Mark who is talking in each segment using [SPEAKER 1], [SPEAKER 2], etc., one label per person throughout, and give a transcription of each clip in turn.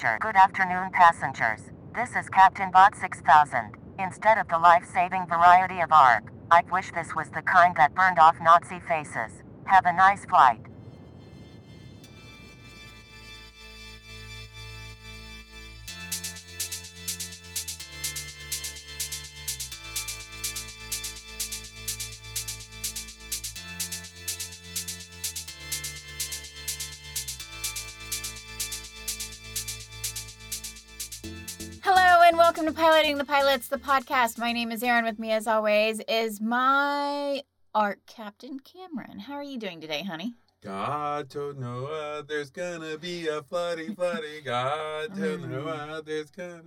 [SPEAKER 1] Helicopter. Good afternoon, passengers. This is Captain Bot 6000. Instead of the life saving variety of ARC, I wish this was the kind that burned off Nazi faces. Have a nice flight.
[SPEAKER 2] Hello and welcome to Piloting the Pilots, the podcast. My name is Erin. With me, as always, is my art captain, Cameron. How are you doing today, honey?
[SPEAKER 3] God told Noah there's gonna be a floody floody. God told
[SPEAKER 2] Mm.
[SPEAKER 3] Noah there's gonna.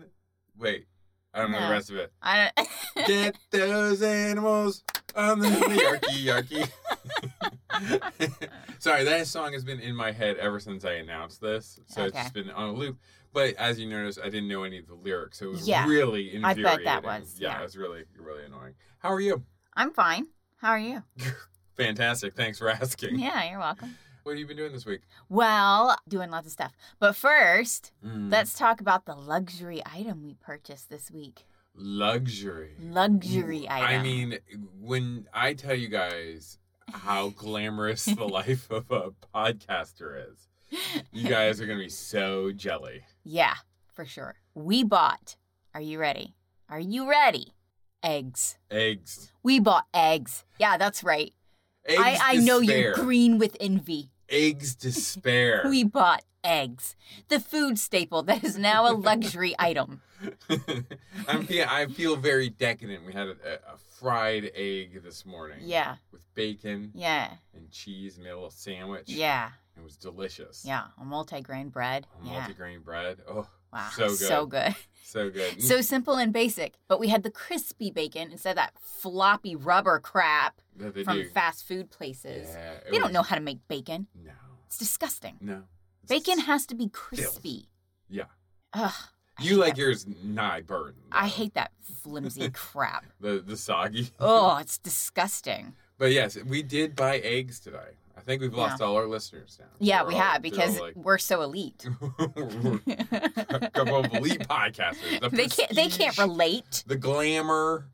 [SPEAKER 3] Wait, I don't know
[SPEAKER 2] No.
[SPEAKER 3] the rest of it.
[SPEAKER 2] I don't.
[SPEAKER 3] Get those animals on the yarky yarky. Sorry, that song has been in my head ever since I announced this, so it's
[SPEAKER 2] Okay.
[SPEAKER 3] just been on a loop. But as you notice, I didn't know any of the lyrics, so it was
[SPEAKER 2] Yeah.
[SPEAKER 3] really
[SPEAKER 2] I
[SPEAKER 3] infuriating.
[SPEAKER 2] bet that was,
[SPEAKER 3] yeah,
[SPEAKER 2] yeah.
[SPEAKER 3] it was really really annoying. How are you?
[SPEAKER 2] I'm fine. How are you?
[SPEAKER 3] Fantastic. Thanks for asking.
[SPEAKER 2] Yeah, you're welcome.
[SPEAKER 3] What have you been doing this week?
[SPEAKER 2] Well, doing lots of stuff. But first,
[SPEAKER 3] Mm,
[SPEAKER 2] let's talk about the luxury item we purchased this week.
[SPEAKER 3] luxury.
[SPEAKER 2] Luxury item.
[SPEAKER 3] I mean, when I tell you guys how glamorous the life of a podcaster is, you guys are going to be so jelly.
[SPEAKER 2] yeah, for sure. We bought, are you ready? Are you ready? Eggs.
[SPEAKER 3] Eggs.
[SPEAKER 2] We bought eggs. Yeah, that's right.
[SPEAKER 3] Eggs
[SPEAKER 2] I, I know you're
[SPEAKER 3] despair.
[SPEAKER 2] green with envy.
[SPEAKER 3] Eggs despair.
[SPEAKER 2] We bought eggs, the food staple that is now a luxury item.
[SPEAKER 3] I'm feel, I feel very decadent. We had a, a fried egg this morning.
[SPEAKER 2] Yeah,
[SPEAKER 3] With bacon
[SPEAKER 2] yeah,
[SPEAKER 3] and cheese, made a little sandwich.
[SPEAKER 2] yeah,
[SPEAKER 3] It was delicious.
[SPEAKER 2] yeah. A multi-grain bread. Yeah.
[SPEAKER 3] Multigrain bread. Oh,
[SPEAKER 2] Wow.
[SPEAKER 3] so good.
[SPEAKER 2] So good.
[SPEAKER 3] so good.
[SPEAKER 2] So simple and basic, but we had the crispy bacon instead of that floppy rubber crap
[SPEAKER 3] that they
[SPEAKER 2] from
[SPEAKER 3] do.
[SPEAKER 2] fast food places.
[SPEAKER 3] Yeah, it
[SPEAKER 2] They don't
[SPEAKER 3] was-
[SPEAKER 2] know how to make bacon.
[SPEAKER 3] No.
[SPEAKER 2] It's disgusting.
[SPEAKER 3] No.
[SPEAKER 2] Bacon has to be crispy.
[SPEAKER 3] Yeah.
[SPEAKER 2] Ugh. I
[SPEAKER 3] You
[SPEAKER 2] hate
[SPEAKER 3] like
[SPEAKER 2] that-
[SPEAKER 3] yours nigh burned.
[SPEAKER 2] I
[SPEAKER 3] though.
[SPEAKER 2] hate that flimsy crap.
[SPEAKER 3] the the soggy.
[SPEAKER 2] Oh, it's disgusting.
[SPEAKER 3] But yes, we did buy eggs today. I think we've lost all our listeners now.
[SPEAKER 2] Yeah,
[SPEAKER 3] They're
[SPEAKER 2] we
[SPEAKER 3] all-
[SPEAKER 2] have
[SPEAKER 3] they're
[SPEAKER 2] because
[SPEAKER 3] all like-
[SPEAKER 2] we're so elite.
[SPEAKER 3] a couple of elite podcasters. The
[SPEAKER 2] they can't they can't
[SPEAKER 3] prestige,
[SPEAKER 2] relate.
[SPEAKER 3] The glamour.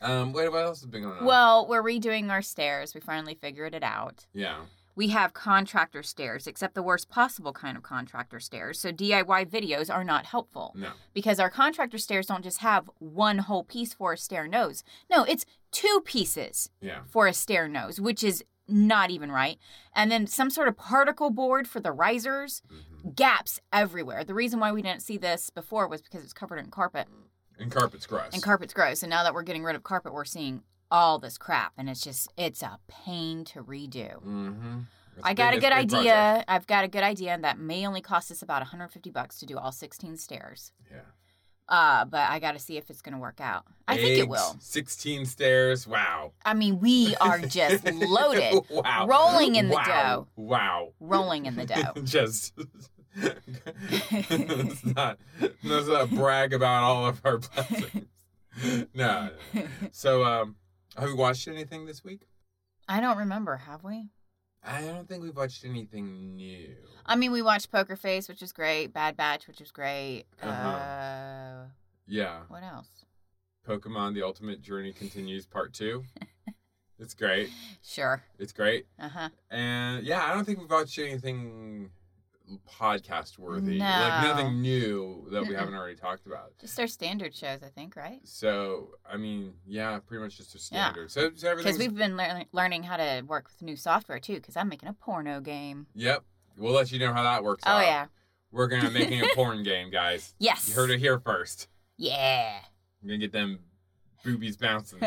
[SPEAKER 3] um, wait, what else has been going on?
[SPEAKER 2] well, we're redoing our stairs. We finally figured it out.
[SPEAKER 3] yeah,
[SPEAKER 2] We have contractor stairs, except the worst possible kind of contractor stairs. So DIY videos are not helpful
[SPEAKER 3] no,
[SPEAKER 2] because our contractor stairs don't just have one whole piece for a stair nose. No, it's two pieces
[SPEAKER 3] yeah,
[SPEAKER 2] for a stair nose, which is not even right. And then some sort of particle board for the risers,
[SPEAKER 3] mhm.
[SPEAKER 2] gaps everywhere. The reason why we didn't see this before was because it's covered in carpet.
[SPEAKER 3] and carpet's gross.
[SPEAKER 2] And carpet's gross. And now that we're getting rid of carpet, we're seeing all this crap. And it's just, it's a pain to redo.
[SPEAKER 3] Mm-hmm.
[SPEAKER 2] I got a good idea. I've got a good idea. And that may only cost us about 150 bucks to do all 16 stairs.
[SPEAKER 3] Yeah.
[SPEAKER 2] Uh, but I got to see if it's going to work out. I think it will.
[SPEAKER 3] Eggs, Sixteen stairs. Wow.
[SPEAKER 2] I mean, we are just loaded,
[SPEAKER 3] wow.
[SPEAKER 2] rolling in the
[SPEAKER 3] Wow.
[SPEAKER 2] dough.
[SPEAKER 3] Wow.
[SPEAKER 2] rolling in the dough.
[SPEAKER 3] Just. let's, not, let's not brag about all of our blessings. no. So, um, have we watched anything this week?
[SPEAKER 2] I don't remember, have we?
[SPEAKER 3] I don't think we've watched anything new.
[SPEAKER 2] I mean, we watched Poker Face, which was great, Bad Batch, which was great. uh
[SPEAKER 3] yeah.
[SPEAKER 2] what else?
[SPEAKER 3] Pokemon The Ultimate Journey Continues Part 2. It's great.
[SPEAKER 2] Sure.
[SPEAKER 3] It's great.
[SPEAKER 2] Uh huh.
[SPEAKER 3] And yeah, I don't think we've watched anything podcast worthy. Like
[SPEAKER 2] No.
[SPEAKER 3] nothing new that we
[SPEAKER 2] Mm-mm.
[SPEAKER 3] haven't already talked about.
[SPEAKER 2] Just our standard shows, I think, right?
[SPEAKER 3] So I mean, yeah, pretty much just a
[SPEAKER 2] Yeah.
[SPEAKER 3] standard. So, so
[SPEAKER 2] Because
[SPEAKER 3] everything's
[SPEAKER 2] we've been lear- learning how to work with new software too. Because I'm making a porno game.
[SPEAKER 3] Yep. We'll let you know how that works
[SPEAKER 2] Oh
[SPEAKER 3] out.
[SPEAKER 2] yeah.
[SPEAKER 3] We're gonna be making a porn game, guys.
[SPEAKER 2] Yes.
[SPEAKER 3] You heard it here first.
[SPEAKER 2] Yeah.
[SPEAKER 3] I'm gonna get them boobies bouncing.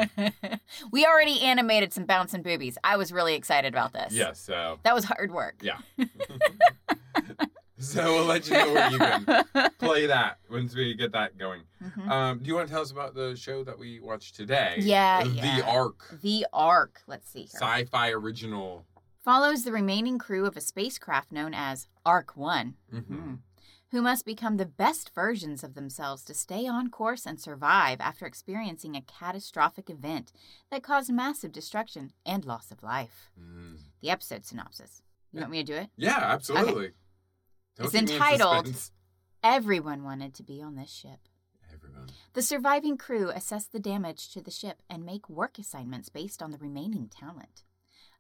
[SPEAKER 2] we already animated some bouncing boobies. I was really excited about this.
[SPEAKER 3] yeah, so
[SPEAKER 2] That was hard work.
[SPEAKER 3] Yeah. so we'll let you know where you can Uh, play that once we get that going.
[SPEAKER 2] Mhm.
[SPEAKER 3] Um, do you want to tell us about the show that we watched today?
[SPEAKER 2] Yeah,
[SPEAKER 3] The
[SPEAKER 2] yeah.
[SPEAKER 3] Ark,
[SPEAKER 2] The Ark. Let's see here.
[SPEAKER 3] sci-fi original.
[SPEAKER 2] follows the remaining crew of a spacecraft known as Ark One.
[SPEAKER 3] hmm
[SPEAKER 2] Hmm. Who must become the best versions of themselves to stay on course and survive after experiencing a catastrophic event that caused massive destruction and loss of life.
[SPEAKER 3] Mm.
[SPEAKER 2] The episode synopsis. You want me to do it?
[SPEAKER 3] Yeah, absolutely. Don't
[SPEAKER 2] It's
[SPEAKER 3] keep me in
[SPEAKER 2] entitled-
[SPEAKER 3] suspense.
[SPEAKER 2] Everyone wanted to be on this ship.
[SPEAKER 3] Everyone.
[SPEAKER 2] The surviving crew assess the damage to the ship and make work assignments based on the remaining talent.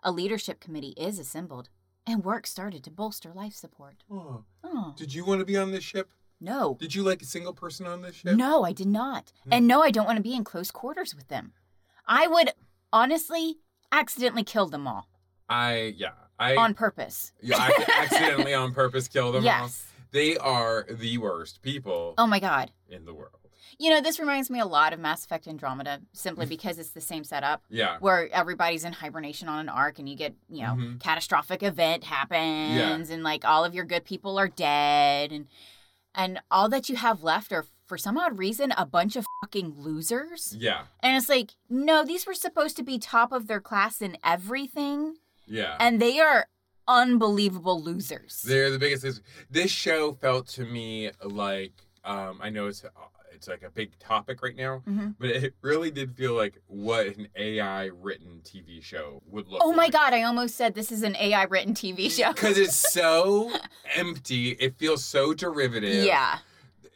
[SPEAKER 2] A leadership committee is assembled, and work started to bolster life support.
[SPEAKER 3] Oh,
[SPEAKER 2] Oh,
[SPEAKER 3] did you want to be on this ship?
[SPEAKER 2] no.
[SPEAKER 3] Did you like a single person on this ship?
[SPEAKER 2] No, I did not.
[SPEAKER 3] Hmm.
[SPEAKER 2] And no, I don't want to be in close quarters with them. I would honestly accidentally kill them all
[SPEAKER 3] I yeah. I
[SPEAKER 2] on purpose.
[SPEAKER 3] yeah, I accidentally on purpose kill them all.
[SPEAKER 2] yes.
[SPEAKER 3] They are the worst people
[SPEAKER 2] Oh my god.
[SPEAKER 3] in the world.
[SPEAKER 2] You know, this reminds me a lot of Mass Effect Andromeda simply because it's the same setup.
[SPEAKER 3] Mm-hmm. Yeah.
[SPEAKER 2] where everybody's in hibernation on an arc and you get you know
[SPEAKER 3] Mhm.
[SPEAKER 2] catastrophic event happens and like all of your good people are dead and and all that you have left are for some odd reason a bunch of fucking losers
[SPEAKER 3] Yeah.
[SPEAKER 2] and it's like no these were supposed to be top of their class in everything
[SPEAKER 3] Yeah.
[SPEAKER 2] and they are unbelievable losers
[SPEAKER 3] They're the biggest. losers. This show felt to me like um, I know it's it's like a big topic right now,
[SPEAKER 2] Mhm.
[SPEAKER 3] but it really did feel like what an AI written TV show would look.
[SPEAKER 2] oh my god i almost said this is an ai written tv show
[SPEAKER 3] Because it's so empty, it feels so derivative.
[SPEAKER 2] yeah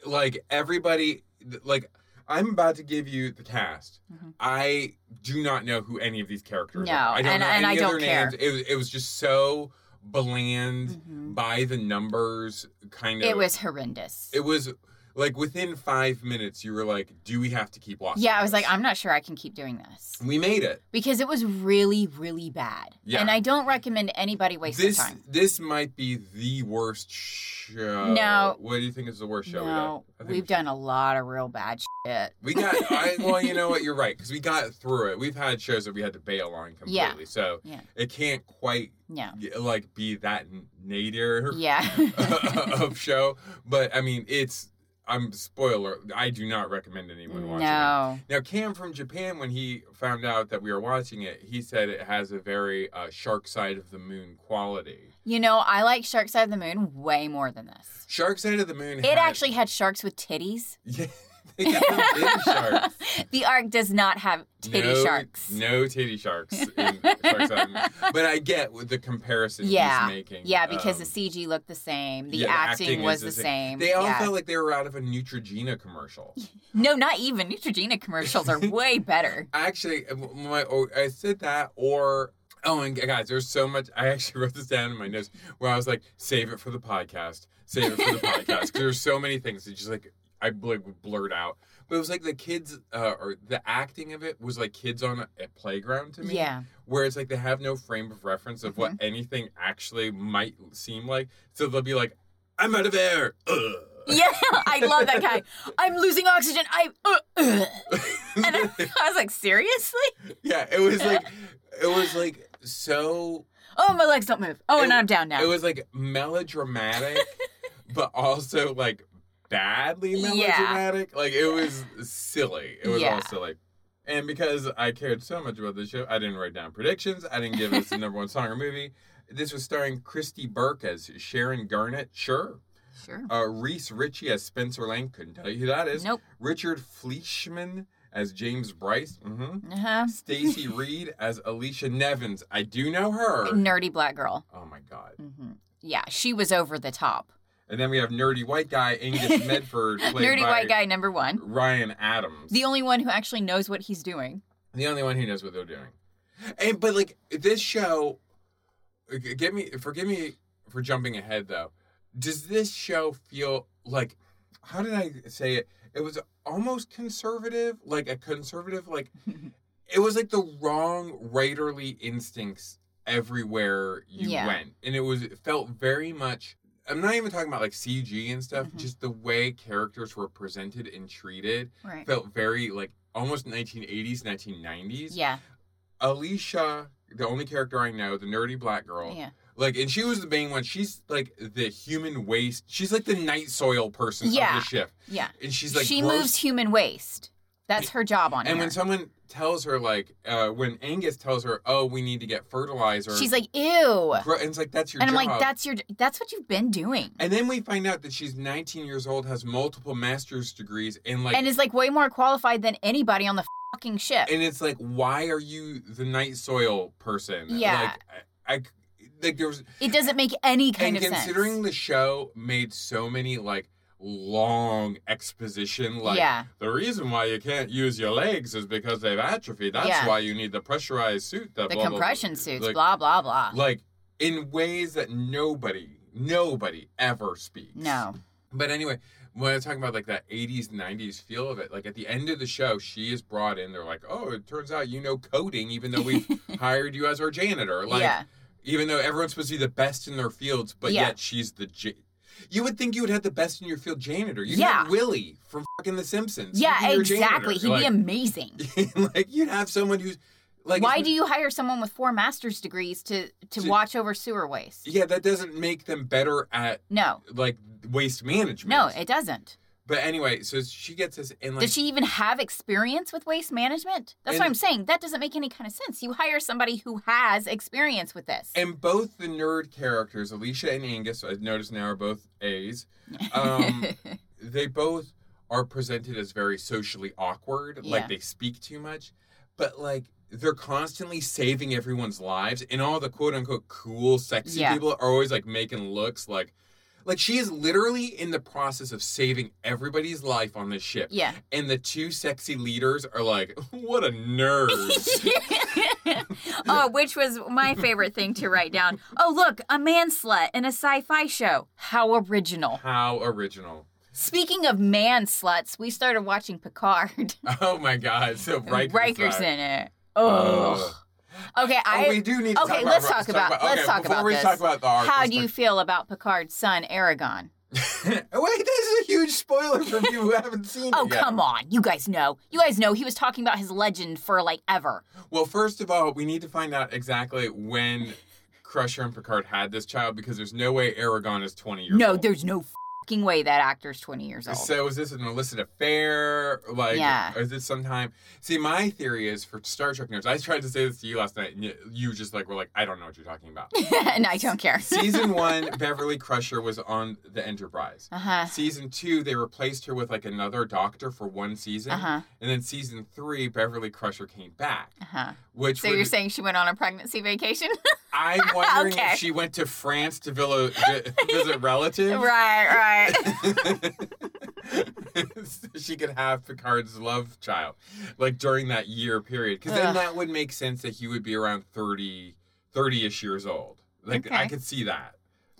[SPEAKER 3] like everybody, like I'm about to give you the cast.
[SPEAKER 2] Mhm.
[SPEAKER 3] I do not know who any of these characters
[SPEAKER 2] No,
[SPEAKER 3] are. I don't
[SPEAKER 2] and-
[SPEAKER 3] know
[SPEAKER 2] and
[SPEAKER 3] any
[SPEAKER 2] I
[SPEAKER 3] of
[SPEAKER 2] don't
[SPEAKER 3] their
[SPEAKER 2] care.
[SPEAKER 3] names. It was, it was just so bland.
[SPEAKER 2] Mhm.
[SPEAKER 3] By the numbers, kind of.
[SPEAKER 2] it was horrendous
[SPEAKER 3] It was like within five minutes, you were like, "Do we have to keep watching?"
[SPEAKER 2] yeah i was
[SPEAKER 3] this?"
[SPEAKER 2] like i'm not sure i can keep doing this
[SPEAKER 3] we made it.
[SPEAKER 2] because it was really, really bad.
[SPEAKER 3] Yeah.
[SPEAKER 2] And I don't recommend anybody waste
[SPEAKER 3] this
[SPEAKER 2] their time.
[SPEAKER 3] this might be the worst show.
[SPEAKER 2] No.
[SPEAKER 3] what do you think is the worst
[SPEAKER 2] No,
[SPEAKER 3] show? we done? I think
[SPEAKER 2] we've done a lot of real bad shit.
[SPEAKER 3] We got. I, well, you know what? You're right because we got through it. We've had shows that we had to bail on completely,
[SPEAKER 2] Yeah.
[SPEAKER 3] so
[SPEAKER 2] Yeah.
[SPEAKER 3] it can't quite
[SPEAKER 2] No.
[SPEAKER 3] like be that n- nadir
[SPEAKER 2] Yeah.
[SPEAKER 3] of show. But I mean, it's. I'm spoiler. I do not recommend anyone watching. it.
[SPEAKER 2] no.
[SPEAKER 3] Now, Cam from Japan, when he found out that we were watching it, he said it has a very uh, Shark Side of the Moon quality.
[SPEAKER 2] You know, I like Shark Side of the Moon way more than this.
[SPEAKER 3] Shark Side of the Moon.
[SPEAKER 2] It actually had sharks with titties.
[SPEAKER 3] Yeah, they got them big sharks.
[SPEAKER 2] the arc does not have titty
[SPEAKER 3] no,
[SPEAKER 2] sharks.
[SPEAKER 3] No titty sharks. In Shark Side of the Moon. But I get with the comparison
[SPEAKER 2] Yeah.
[SPEAKER 3] he's making.
[SPEAKER 2] Yeah, because
[SPEAKER 3] um,
[SPEAKER 2] the CG looked the same. The
[SPEAKER 3] yeah, the
[SPEAKER 2] acting,
[SPEAKER 3] acting
[SPEAKER 2] was
[SPEAKER 3] is
[SPEAKER 2] the
[SPEAKER 3] the
[SPEAKER 2] same.
[SPEAKER 3] They all
[SPEAKER 2] yeah.
[SPEAKER 3] felt like they were out of a Neutrogena commercial.
[SPEAKER 2] no, not even. Neutrogena commercials are way better.
[SPEAKER 3] Actually, my, oh, I said that or. Oh, and guys, there's so much. I actually wrote this down in my notes where I was like, save it for the podcast, save it for the podcast. 'Cause There's so many things that just like I bl- blurred out. But it was like the kids, uh, or the acting of it was like kids on a, a playground to me.
[SPEAKER 2] Yeah.
[SPEAKER 3] Where it's like they have no frame of reference of
[SPEAKER 2] Mm-hmm.
[SPEAKER 3] what anything actually might seem like. So they'll be like, I'm out of air. Ugh.
[SPEAKER 2] Yeah, I love that guy. I'm losing oxygen. I, uh, uh. and I, I was like, seriously?
[SPEAKER 3] yeah, it was like, it was like so
[SPEAKER 2] Oh, my legs don't move. Oh, and
[SPEAKER 3] It-
[SPEAKER 2] I'm down now.
[SPEAKER 3] It was like melodramatic, but also like badly
[SPEAKER 2] Yeah.
[SPEAKER 3] melodramatic. Like it was silly. It was
[SPEAKER 2] Yeah.
[SPEAKER 3] all silly. And because I cared so much about this show, I didn't write down predictions. I didn't give us the number one song or movie. This was starring Christy Burke as Sharon Garnett. Sure.
[SPEAKER 2] sure.
[SPEAKER 3] Uh, Reese Ritchie as Spencer Lang. Couldn't tell you who that is.
[SPEAKER 2] Nope.
[SPEAKER 3] Richard Fleischman as James Bryce. hmm
[SPEAKER 2] Uh-huh.
[SPEAKER 3] Stacy Reed as Alicia Nevins. I do know her.
[SPEAKER 2] Nerdy black girl.
[SPEAKER 3] Oh my God.
[SPEAKER 2] hmm Yeah, she was over the top.
[SPEAKER 3] And then we have nerdy white guy Angus Medford, played
[SPEAKER 2] Nerdy
[SPEAKER 3] by
[SPEAKER 2] white guy number one.
[SPEAKER 3] Ryan Adams,
[SPEAKER 2] The only one who actually knows what he's doing.
[SPEAKER 3] the only one who knows what they're doing. And but like this show, uh, g- get me forgive me for jumping ahead though. Does this show feel like how did I say it? It was almost conservative, like a conservative, like it was like the wrong writerly instincts everywhere you
[SPEAKER 2] Yeah.
[SPEAKER 3] went, and it was it felt very much. I'm not even talking about like CG and stuff.
[SPEAKER 2] Mhm.
[SPEAKER 3] Just the way characters were presented and treated
[SPEAKER 2] Right.
[SPEAKER 3] felt very like almost 1980s, 1990s.
[SPEAKER 2] Yeah.
[SPEAKER 3] Alicia, the only character I know, the nerdy black girl.
[SPEAKER 2] Yeah.
[SPEAKER 3] Like, and she was the main one. She's like the human waste. She's like the night soil person
[SPEAKER 2] Yeah.
[SPEAKER 3] of the shift.
[SPEAKER 2] Yeah.
[SPEAKER 3] And she's like,
[SPEAKER 2] she
[SPEAKER 3] gross.
[SPEAKER 2] moves human waste. That's her job on
[SPEAKER 3] And
[SPEAKER 2] here.
[SPEAKER 3] when someone tells her, like, uh, when Angus tells her, oh, we need to get fertilizer,
[SPEAKER 2] She's like, ew.
[SPEAKER 3] gro- and it's like, that's your
[SPEAKER 2] And I'm
[SPEAKER 3] job.
[SPEAKER 2] like, that's your that's what you've been doing.
[SPEAKER 3] And then we find out that she's 19 years old, has multiple master's degrees, and like,
[SPEAKER 2] and is like way more qualified than anybody on the fucking ship.
[SPEAKER 3] and it's like why are you the night soil person
[SPEAKER 2] Yeah.
[SPEAKER 3] like I, I- like there was
[SPEAKER 2] It doesn't make any kind
[SPEAKER 3] and
[SPEAKER 2] of
[SPEAKER 3] considering
[SPEAKER 2] sense.
[SPEAKER 3] the show made so many like long exposition like
[SPEAKER 2] Yeah.
[SPEAKER 3] the reason why you can't use your legs is because they've atrophied that's
[SPEAKER 2] Yeah.
[SPEAKER 3] why you need the pressurized suit that
[SPEAKER 2] The
[SPEAKER 3] blah, blah, blah."
[SPEAKER 2] compression suits,
[SPEAKER 3] Like-
[SPEAKER 2] blah blah blah.
[SPEAKER 3] like in ways that nobody nobody ever speaks
[SPEAKER 2] no.
[SPEAKER 3] but anyway when i was talking about like that 80s 90s feel of it like at the end of the show she is brought in they're like oh it turns out you know coding even though we've hired you as our janitor like
[SPEAKER 2] yeah.
[SPEAKER 3] even though everyone's supposed to be the best in their fields, but
[SPEAKER 2] Yeah.
[SPEAKER 3] yet she's the. J- you would think you would have the best in your field janitor. You'd
[SPEAKER 2] Yeah.
[SPEAKER 3] have Willie from fucking The Simpsons. He'd be
[SPEAKER 2] Yeah,
[SPEAKER 3] your
[SPEAKER 2] exactly. He'd
[SPEAKER 3] janitor.
[SPEAKER 2] be amazing.
[SPEAKER 3] like, like you'd have someone who's like.
[SPEAKER 2] Why
[SPEAKER 3] it's-
[SPEAKER 2] do you hire someone with four master's degrees to to
[SPEAKER 3] To-
[SPEAKER 2] watch over sewer waste?
[SPEAKER 3] Yeah, that doesn't make them better at
[SPEAKER 2] No.
[SPEAKER 3] like waste management.
[SPEAKER 2] No, it doesn't.
[SPEAKER 3] but anyway, so she gets this and like
[SPEAKER 2] Does she even have experience with waste management? That's what
[SPEAKER 3] And-
[SPEAKER 2] I'm saying. That doesn't make any kind of sense. You hire somebody who has experience with this.
[SPEAKER 3] And both the nerd characters, Alicia and Angus, I noticed now are both A's. Um, they both are presented as very socially awkward,
[SPEAKER 2] Yeah.
[SPEAKER 3] like they speak too much, but like they're constantly saving everyone's lives, and all the quote unquote cool, sexy
[SPEAKER 2] Yeah.
[SPEAKER 3] people are always like making looks like. Like she is literally in the process of saving everybody's life on this ship,
[SPEAKER 2] yeah.
[SPEAKER 3] and the two sexy leaders are like, "What a nerd!"
[SPEAKER 2] oh, which was my favorite thing to write down. Oh, look, a man slut in a sci-fi show. How original.
[SPEAKER 3] How original!
[SPEAKER 2] Speaking of man sluts, we started watching Picard.
[SPEAKER 3] Oh my god! So Riker's,
[SPEAKER 2] Riker's
[SPEAKER 3] side.
[SPEAKER 2] in it. Oh. Okay, I
[SPEAKER 3] oh, we do need. To
[SPEAKER 2] Okay,
[SPEAKER 3] talk
[SPEAKER 2] let's
[SPEAKER 3] about,
[SPEAKER 2] talk about- let's
[SPEAKER 3] okay,
[SPEAKER 2] talk
[SPEAKER 3] before
[SPEAKER 2] about
[SPEAKER 3] we
[SPEAKER 2] this.
[SPEAKER 3] talk about the arc.
[SPEAKER 2] How
[SPEAKER 3] let's
[SPEAKER 2] do you
[SPEAKER 3] talk-
[SPEAKER 2] feel about Picard's son, Aragon?
[SPEAKER 3] Wait, this is a huge spoiler for people who haven't seen
[SPEAKER 2] Oh,
[SPEAKER 3] it yet.
[SPEAKER 2] come on. You guys know. You guys know he was talking about his legend for like ever.
[SPEAKER 3] Well, first of all, we need to find out exactly when Crusher and Picard had this child because there's no way Aragon is 20 years
[SPEAKER 2] No,
[SPEAKER 3] old.
[SPEAKER 2] there's no fucking way that actor's 20 years old.
[SPEAKER 3] So is this an illicit affair? Like,
[SPEAKER 2] Yeah.
[SPEAKER 3] is this sometime? See, my theory is for Star Trek nerds. I tried to say this to you last night, and you- you just like were like, I don't know what you're talking about.
[SPEAKER 2] and I don't care.
[SPEAKER 3] Season one, Beverly Crusher was on the Enterprise.
[SPEAKER 2] Uh huh.
[SPEAKER 3] Season two, they replaced her with like another doctor for one season,
[SPEAKER 2] Uh huh.
[SPEAKER 3] and then season three, Beverly Crusher came back.
[SPEAKER 2] Uh huh.
[SPEAKER 3] Which
[SPEAKER 2] So
[SPEAKER 3] would-
[SPEAKER 2] you're saying she went on a pregnancy vacation?
[SPEAKER 3] I'm wondering
[SPEAKER 2] Okay.
[SPEAKER 3] if she went to France to villo- vi- visit relatives.
[SPEAKER 2] right, right.
[SPEAKER 3] so she could have Picard's love child, like during that year period. Because then
[SPEAKER 2] Ugh.
[SPEAKER 3] that would make sense that he would be around 30, 30 ish years old. Like, I
[SPEAKER 2] Okay.
[SPEAKER 3] could see that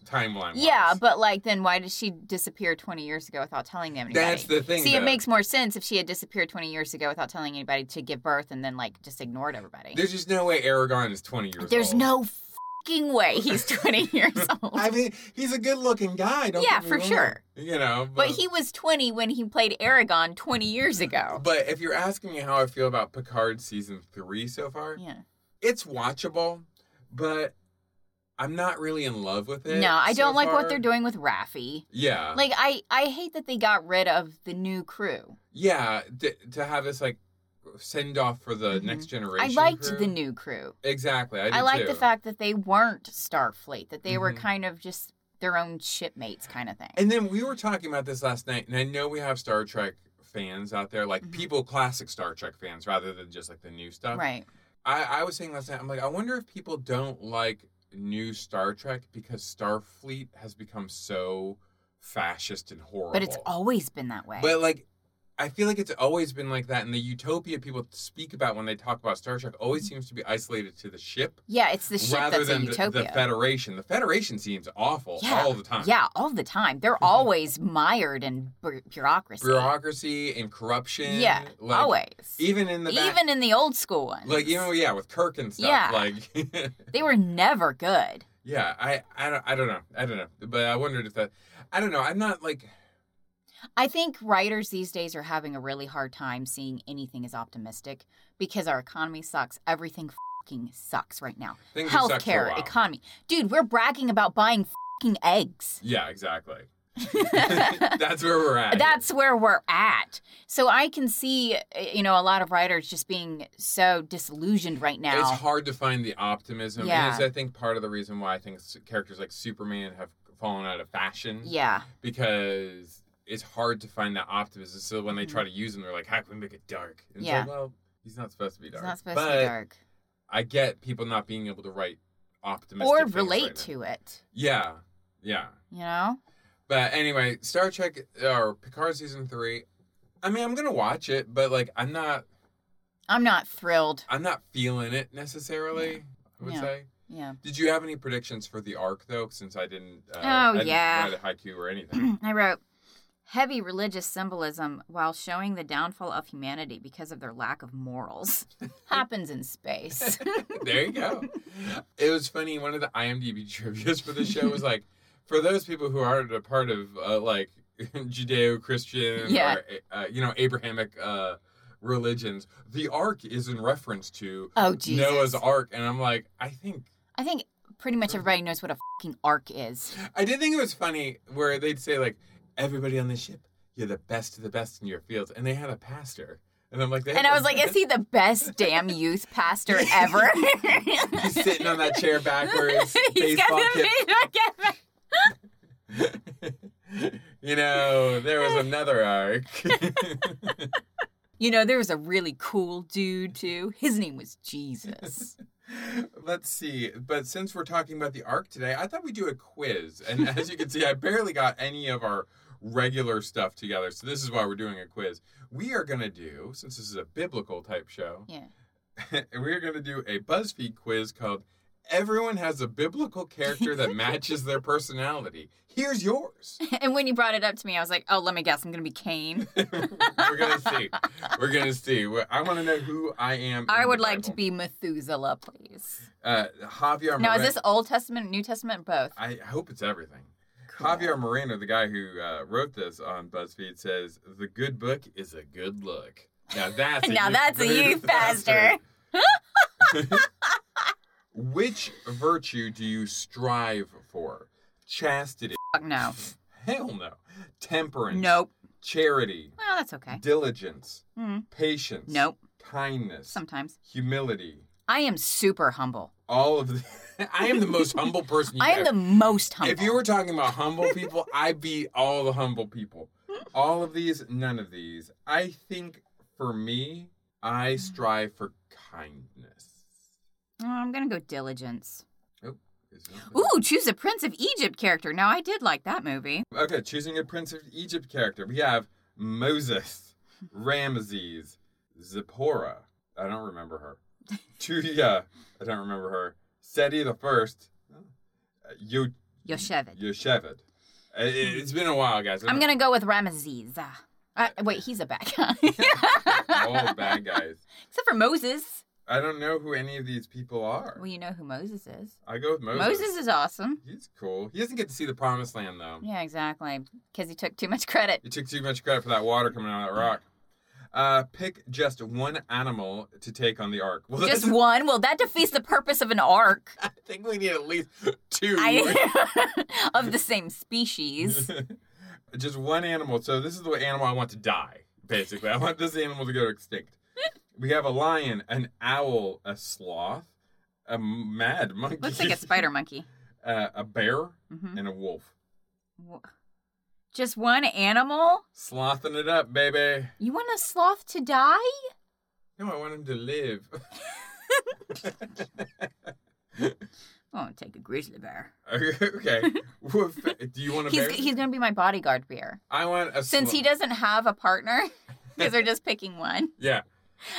[SPEAKER 3] timeline.
[SPEAKER 2] yeah, but like, then why did she disappear 20 years ago without telling anybody?
[SPEAKER 3] That's the thing,
[SPEAKER 2] See, it
[SPEAKER 3] though.
[SPEAKER 2] makes more sense if she had disappeared 20 years ago without telling anybody to give birth and then like just ignored everybody.
[SPEAKER 3] There's just no way Aragon is 20 years
[SPEAKER 2] There's
[SPEAKER 3] old.
[SPEAKER 2] no fucking way he's 20 years old.
[SPEAKER 3] I mean, he's a good looking guy. Don't
[SPEAKER 2] Yeah,
[SPEAKER 3] get me
[SPEAKER 2] for
[SPEAKER 3] wrong.
[SPEAKER 2] sure.
[SPEAKER 3] You know,
[SPEAKER 2] but he was 20 when he played Aragon 20 years ago.
[SPEAKER 3] But if you're asking me how I feel about Picard season three so far,
[SPEAKER 2] Yeah.
[SPEAKER 3] it's watchable, but I'm not really in love with it.
[SPEAKER 2] No, I
[SPEAKER 3] so
[SPEAKER 2] don't like what
[SPEAKER 3] far.
[SPEAKER 2] they're doing with Raffi.
[SPEAKER 3] Yeah,
[SPEAKER 2] Like I I hate that they got rid of the new crew.
[SPEAKER 3] yeah, th- to have this like send off for the
[SPEAKER 2] Mhm.
[SPEAKER 3] next generation.
[SPEAKER 2] I liked
[SPEAKER 3] crew.
[SPEAKER 2] the new crew.
[SPEAKER 3] Exactly, I,
[SPEAKER 2] I,
[SPEAKER 3] did
[SPEAKER 2] liked the
[SPEAKER 3] too.
[SPEAKER 2] fact that they weren't Starfleet, that they were
[SPEAKER 3] Mhm.
[SPEAKER 2] kind of just their own shipmates kind of thing.
[SPEAKER 3] And then we were talking about this last night, and I know we have Star Trek fans out there, like
[SPEAKER 2] Mhm.
[SPEAKER 3] people classic Star Trek fans, rather than just like the new stuff.
[SPEAKER 2] right.
[SPEAKER 3] I, I was saying last night, I'm like, I wonder if people don't like new Star Trek because Starfleet has become so fascist and horrible.
[SPEAKER 2] But it's always been that way.
[SPEAKER 3] But like, I feel like it's always been like that, and the utopia people speak about when they talk about Star Trek always seems to be isolated to the ship,
[SPEAKER 2] yeah, it's the ship
[SPEAKER 3] rather
[SPEAKER 2] that's a
[SPEAKER 3] than the,
[SPEAKER 2] utopia.
[SPEAKER 3] the Federation. The Federation seems awful
[SPEAKER 2] Yeah.
[SPEAKER 3] all the time. Mm-hmm.
[SPEAKER 2] Yeah, all the time. They're always mired in bu- bureaucracy.
[SPEAKER 3] bureaucracy and corruption.
[SPEAKER 2] Yeah,
[SPEAKER 3] like,
[SPEAKER 2] always.
[SPEAKER 3] Even in the back,
[SPEAKER 2] even in the old school ones.
[SPEAKER 3] like even yeah with Kirk and stuff.
[SPEAKER 2] Yeah.
[SPEAKER 3] Like
[SPEAKER 2] they were never good.
[SPEAKER 3] Yeah, I, I don't, I don't know, I don't know, but I wondered if that, I don't know, I'm not like,
[SPEAKER 2] I think writers these days are having a really hard time seeing anything as optimistic because our economy sucks. Everything fucking sucks right now.
[SPEAKER 3] things have sucked for a
[SPEAKER 2] Healthcare,
[SPEAKER 3] while.
[SPEAKER 2] economy. Dude, we're bragging about buying fucking eggs.
[SPEAKER 3] Yeah, exactly. That's where we're at.
[SPEAKER 2] That's where we're at. So I can see, uh, you know, a lot of writers just being so disillusioned right now.
[SPEAKER 3] It's hard to find the optimism.
[SPEAKER 2] Yeah.
[SPEAKER 3] And it's, I think, part of the reason why I think s- characters like Superman have fallen out of fashion.
[SPEAKER 2] Yeah.
[SPEAKER 3] Because it's hard to find that optimism. So when they try to use him, they're like, how can we make it dark? And
[SPEAKER 2] Mm-hmm.
[SPEAKER 3] it's
[SPEAKER 2] Yeah.
[SPEAKER 3] like, well, he's not supposed to be
[SPEAKER 2] It's
[SPEAKER 3] dark.
[SPEAKER 2] not supposed
[SPEAKER 3] but
[SPEAKER 2] to be dark.
[SPEAKER 3] I get people not being able to write optimistic
[SPEAKER 2] or
[SPEAKER 3] things right
[SPEAKER 2] relate
[SPEAKER 3] now.
[SPEAKER 2] to it.
[SPEAKER 3] Yeah, yeah.
[SPEAKER 2] You know?
[SPEAKER 3] But anyway, Star Trek or Picard season three. I mean, I'm gonna watch it, but like, I'm not,
[SPEAKER 2] I'm not thrilled.
[SPEAKER 3] I'm not feeling it necessarily. I would
[SPEAKER 2] Yeah.
[SPEAKER 3] say.
[SPEAKER 2] Yeah.
[SPEAKER 3] Did you have any predictions for the arc though? Since I didn't. Uh,
[SPEAKER 2] Oh,
[SPEAKER 3] I didn't
[SPEAKER 2] yeah.
[SPEAKER 3] write a haiku or anything.
[SPEAKER 2] I wrote heavy religious symbolism while showing the downfall of humanity because of their lack of morals. Happens in space.
[SPEAKER 3] there you go. It was funny. One of the IMDb trivia's for the show was like, for those people who aren't a part of uh, like Judeo-Christian
[SPEAKER 2] Yeah.
[SPEAKER 3] or uh, you know Abrahamic uh, religions, the arc is in reference to
[SPEAKER 2] oh Jesus.
[SPEAKER 3] Noah's Ark, and I'm like, I think
[SPEAKER 2] I think pretty much everybody knows what a fucking arc is.
[SPEAKER 3] I did think it was funny where they'd say like, everybody on the ship, you're the best of the best in your fields, and they had a pastor, and I'm like, they
[SPEAKER 2] And
[SPEAKER 3] had
[SPEAKER 2] I
[SPEAKER 3] a
[SPEAKER 2] was like, is he the best damn youth pastor ever?
[SPEAKER 3] He's sitting on that chair backwards,
[SPEAKER 2] He's got
[SPEAKER 3] baseball
[SPEAKER 2] the
[SPEAKER 3] kit.
[SPEAKER 2] baseball cap back.
[SPEAKER 3] you know, there was another arc.
[SPEAKER 2] You know, there was a really cool dude too. His name was Jesus.
[SPEAKER 3] Let's see. But since we're talking about the arc today, I thought we'd do a quiz. And as you can see, I barely got any of our regular stuff together. So this is why we're doing a quiz. We are going to do, since this is a biblical type show,
[SPEAKER 2] Yeah.
[SPEAKER 3] we're going to do a BuzzFeed quiz called Everyone Has a Biblical Character That Matches Their Personality. Here's yours.
[SPEAKER 2] And when you brought it up to me, I was like, oh, let me guess, I'm gonna be Cain.
[SPEAKER 3] we're gonna see. We're gonna see. Well, I want to know who I am.
[SPEAKER 2] I
[SPEAKER 3] in
[SPEAKER 2] would
[SPEAKER 3] the
[SPEAKER 2] like to
[SPEAKER 3] Bible.
[SPEAKER 2] be Methuselah, please.
[SPEAKER 3] Uh, Javier.
[SPEAKER 2] Now, is
[SPEAKER 3] Moreno-
[SPEAKER 2] this Old Testament, New Testament, both?
[SPEAKER 3] I hope it's everything.
[SPEAKER 2] Cool.
[SPEAKER 3] Uh, Javier Moreno, the guy who uh, wrote this on BuzzFeed, says the good book is a good look. Now that's
[SPEAKER 2] Now
[SPEAKER 3] youth-
[SPEAKER 2] that's a youth pastor.
[SPEAKER 3] Which virtue do you strive for? Chastity.
[SPEAKER 2] Fuck no.
[SPEAKER 3] Hell no. Temperance.
[SPEAKER 2] Nope.
[SPEAKER 3] Charity.
[SPEAKER 2] Well, that's okay.
[SPEAKER 3] Diligence.
[SPEAKER 2] Hmm.
[SPEAKER 3] Patience.
[SPEAKER 2] Nope.
[SPEAKER 3] Kindness.
[SPEAKER 2] Sometimes.
[SPEAKER 3] humility.
[SPEAKER 2] I am super humble.
[SPEAKER 3] all of the I am the most humble person you
[SPEAKER 2] I am the most humble.
[SPEAKER 3] If you were talking about humble people, I beat all the humble people. All of these, none of these. I think for me,
[SPEAKER 2] Mm-hmm.
[SPEAKER 3] I strive for kindness.
[SPEAKER 2] Oh, I'm gonna go diligence.
[SPEAKER 3] Oh, is it-
[SPEAKER 2] Ooh, choose a Prince of Egypt character. Now, I did like that movie.
[SPEAKER 3] Okay, choosing a Prince of Egypt character. We have Moses, Ramses, Zipporah. I don't remember her. Tuya. I don't remember her. Seti the first. Uh, Yo-
[SPEAKER 2] Yoshevit.
[SPEAKER 3] Yosheved. Uh, It, it's been a while, guys.
[SPEAKER 2] I'm gonna go with Ramesses. Ah. Uh, wait, he's a bad guy.
[SPEAKER 3] all Oh, bad guys.
[SPEAKER 2] Except for Moses.
[SPEAKER 3] I don't know who any of these people are.
[SPEAKER 2] Well, you know who Moses is.
[SPEAKER 3] I go with Moses.
[SPEAKER 2] Moses, is awesome.
[SPEAKER 3] He's cool. He doesn't get to see the promised land though.
[SPEAKER 2] Yeah, exactly. Because he took too much credit.
[SPEAKER 3] You took too much credit for that water coming out of that rock. Uh, pick just one animal to take on the ark. Well,
[SPEAKER 2] Just
[SPEAKER 3] this-
[SPEAKER 2] one? Well, that defeats the purpose of an ark
[SPEAKER 3] I think we need at least two.
[SPEAKER 2] I, of the same species.
[SPEAKER 3] just one animal. So this is the animal I want to die. Basically, I want this animal to go extinct. We have a lion, an owl, a sloth, a mad monkey.
[SPEAKER 2] Looks like a spider monkey.
[SPEAKER 3] uh, a bear
[SPEAKER 2] hmm
[SPEAKER 3] and a wolf.
[SPEAKER 2] Just one animal?
[SPEAKER 3] Slothing it up, baby.
[SPEAKER 2] You want a sloth to die?
[SPEAKER 3] No, I want him to live.
[SPEAKER 2] I won't take a grizzly bear.
[SPEAKER 3] okay. Woof. Do you want a
[SPEAKER 2] He's,
[SPEAKER 3] bear?
[SPEAKER 2] he's going to be my bodyguard bear.
[SPEAKER 3] I want a
[SPEAKER 2] Since
[SPEAKER 3] sloth.
[SPEAKER 2] he doesn't have a partner, because they're just picking one,
[SPEAKER 3] Yeah,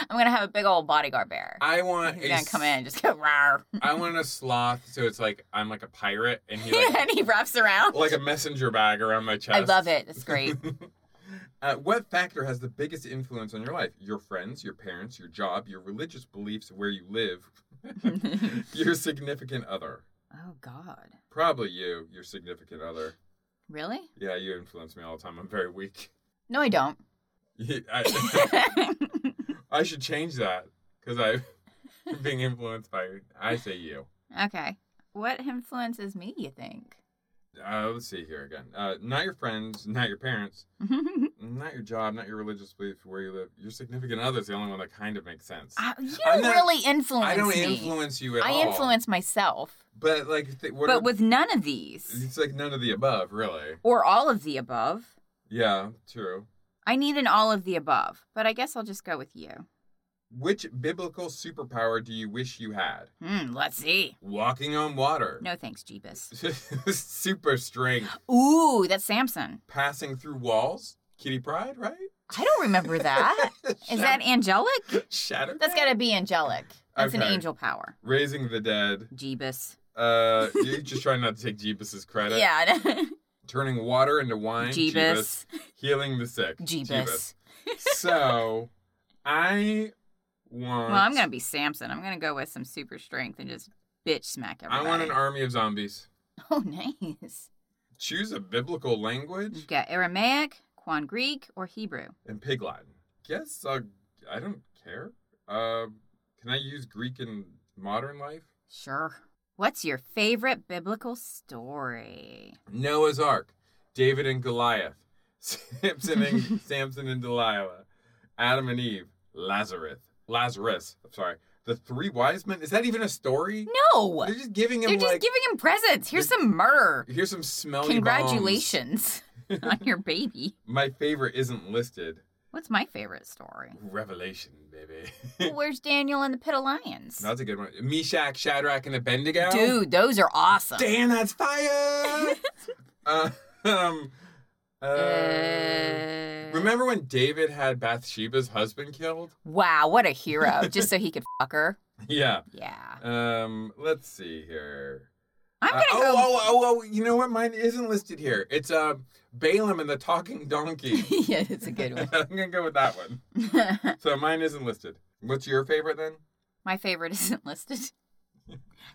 [SPEAKER 2] I'm going to have a big old bodyguard bear.
[SPEAKER 3] I want
[SPEAKER 2] He's
[SPEAKER 3] a.
[SPEAKER 2] going to come in and just go, rawr.
[SPEAKER 3] s- I want a sloth, so it's like I'm like a pirate, and he like
[SPEAKER 2] and he wraps around.
[SPEAKER 3] like a messenger bag around my chest.
[SPEAKER 2] I love it. It's great.
[SPEAKER 3] Uh, what factor has the biggest influence on your life? Your friends, your parents, your job, your religious beliefs, where you live, your significant other.
[SPEAKER 2] oh, God.
[SPEAKER 3] Probably you, your significant other.
[SPEAKER 2] Really?
[SPEAKER 3] Yeah, you influence me all the time. I'm very weak.
[SPEAKER 2] No, I don't.
[SPEAKER 3] I, I should change that because I'm being influenced by. I say you.
[SPEAKER 2] okay. What influences me, you think?
[SPEAKER 3] Uh, let's see here again. Uh, not your friends, not your parents, not your job, not your religious beliefs, where you live. Your significant other is the only one that kind of makes sense.
[SPEAKER 2] I, you
[SPEAKER 3] I'm
[SPEAKER 2] don't
[SPEAKER 3] not-
[SPEAKER 2] really influence
[SPEAKER 3] I don't
[SPEAKER 2] me.
[SPEAKER 3] influence you at
[SPEAKER 2] I
[SPEAKER 3] all.
[SPEAKER 2] influence myself,
[SPEAKER 3] but like, th- what?
[SPEAKER 2] but
[SPEAKER 3] are-
[SPEAKER 2] with none of these
[SPEAKER 3] it's like none of the above, really.
[SPEAKER 2] or all of the above.
[SPEAKER 3] Yeah, true.
[SPEAKER 2] I need an all of the above, but I guess I'll just go with you.
[SPEAKER 3] Which biblical superpower do you wish you had?
[SPEAKER 2] Hmm, let's see.
[SPEAKER 3] Walking on water.
[SPEAKER 2] No thanks, Jeebus.
[SPEAKER 3] Super strength.
[SPEAKER 2] Ooh, that's Samson.
[SPEAKER 3] Passing through walls. Kitty Pride, right?
[SPEAKER 2] I don't remember that. Is that angelic?
[SPEAKER 3] Shatter?
[SPEAKER 2] That's gotta be angelic. That's an
[SPEAKER 3] Okay. angel
[SPEAKER 2] angel power.
[SPEAKER 3] Raising the dead.
[SPEAKER 2] Jeebus.
[SPEAKER 3] Uh, you're just trying not to take Jeebus's credit.
[SPEAKER 2] Yeah.
[SPEAKER 3] Turning water into wine.
[SPEAKER 2] Jeebus.
[SPEAKER 3] Healing the sick.
[SPEAKER 2] Jeebus.
[SPEAKER 3] Jeebus. so, I want.
[SPEAKER 2] Well, I'm gonna be Samson. I'm gonna go with some super strength and just bitch smack
[SPEAKER 3] I
[SPEAKER 2] everybody.
[SPEAKER 3] want an army of zombies.
[SPEAKER 2] Oh, nice.
[SPEAKER 3] Choose a biblical language
[SPEAKER 2] You've got Aramaic, Quan Greek, or Hebrew.
[SPEAKER 3] and pig Latin. Guess I'll, I don't care. Uh, can I use Greek in modern life?
[SPEAKER 2] Sure. What's your favorite biblical story?
[SPEAKER 3] Noah's Ark, David and Goliath, Samson and Samson and Delilah, Adam and Eve, Lazarus, Lazarus. I'm sorry, the three wise men. Is that even a story?
[SPEAKER 2] No,
[SPEAKER 3] They're just giving him
[SPEAKER 2] they're just
[SPEAKER 3] like
[SPEAKER 2] giving him presents. Here's some murder.
[SPEAKER 3] here's some smelly. bones.
[SPEAKER 2] Congratulations on your baby.
[SPEAKER 3] My favorite isn't listed.
[SPEAKER 2] What's my favorite story?
[SPEAKER 3] Revelation, baby.
[SPEAKER 2] Well, Where's Daniel and the Pit of Lions?
[SPEAKER 3] That's a good one. Meshach, Shadrach, and Abednego.
[SPEAKER 2] Dude, those are awesome.
[SPEAKER 3] Damn, that's fire! uh, um, uh,
[SPEAKER 2] Uh,
[SPEAKER 3] remember when David had Bathsheba's husband killed?
[SPEAKER 2] Wow, what a hero! Just so he could fuck her.
[SPEAKER 3] Yeah.
[SPEAKER 2] Yeah,
[SPEAKER 3] Um, let's see here.
[SPEAKER 2] I'm
[SPEAKER 3] Uh,
[SPEAKER 2] gonna
[SPEAKER 3] oh,
[SPEAKER 2] go.
[SPEAKER 3] oh, oh, oh, you know what? Mine isn't listed here. It's uh, Balaam and the Talking Donkey.
[SPEAKER 2] yeah, that's a good
[SPEAKER 3] I'm gonna go with that one.
[SPEAKER 2] one.
[SPEAKER 3] So mine isn't listed. What's your favorite then?
[SPEAKER 2] My favorite isn't listed.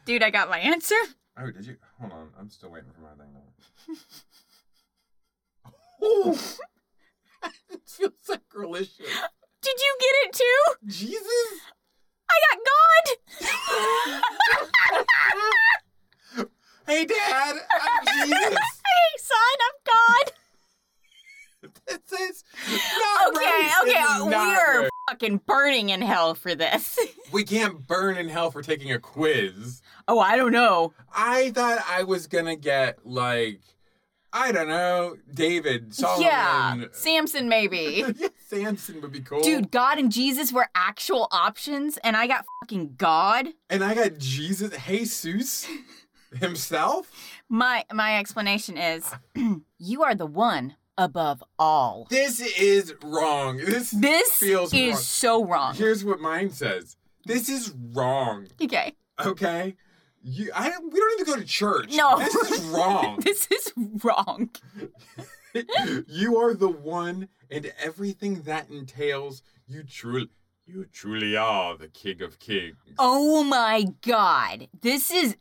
[SPEAKER 2] Dude, I got my answer.
[SPEAKER 3] Oh, did you? Hold on, I'm still waiting for my thing. oh, it feels sacrilegious.
[SPEAKER 2] Did you get it too?
[SPEAKER 3] Jesus,
[SPEAKER 2] I got God.
[SPEAKER 3] hey Dad, I'm Jesus.
[SPEAKER 2] hey, son, I'm God.
[SPEAKER 3] This is not
[SPEAKER 2] okay,
[SPEAKER 3] right. This
[SPEAKER 2] okay,
[SPEAKER 3] is
[SPEAKER 2] uh, we
[SPEAKER 3] not
[SPEAKER 2] are
[SPEAKER 3] right.
[SPEAKER 2] fucking burning in hell for this.
[SPEAKER 3] We can't burn in hell for taking a quiz.
[SPEAKER 2] oh, I don't know.
[SPEAKER 3] I thought I was gonna get like I don't know, David, Solomon,
[SPEAKER 2] Yeah, Samson maybe.
[SPEAKER 3] Samson would be cool.
[SPEAKER 2] Dude, God and Jesus were actual options, and I got fucking God.
[SPEAKER 3] and I got Jesus, Jesus himself.
[SPEAKER 2] My my explanation is, you are the one above all.
[SPEAKER 3] This is wrong. This
[SPEAKER 2] This
[SPEAKER 3] Feels
[SPEAKER 2] is
[SPEAKER 3] wrong.
[SPEAKER 2] so wrong.
[SPEAKER 3] here's what mine says. This is wrong.
[SPEAKER 2] okay,
[SPEAKER 3] Okay, you, I don't- we don't even go to church.
[SPEAKER 2] No.
[SPEAKER 3] this is wrong.
[SPEAKER 2] this is wrong.
[SPEAKER 3] you are the one and everything that entails you truly you truly are the king of kings
[SPEAKER 2] Oh my god. This is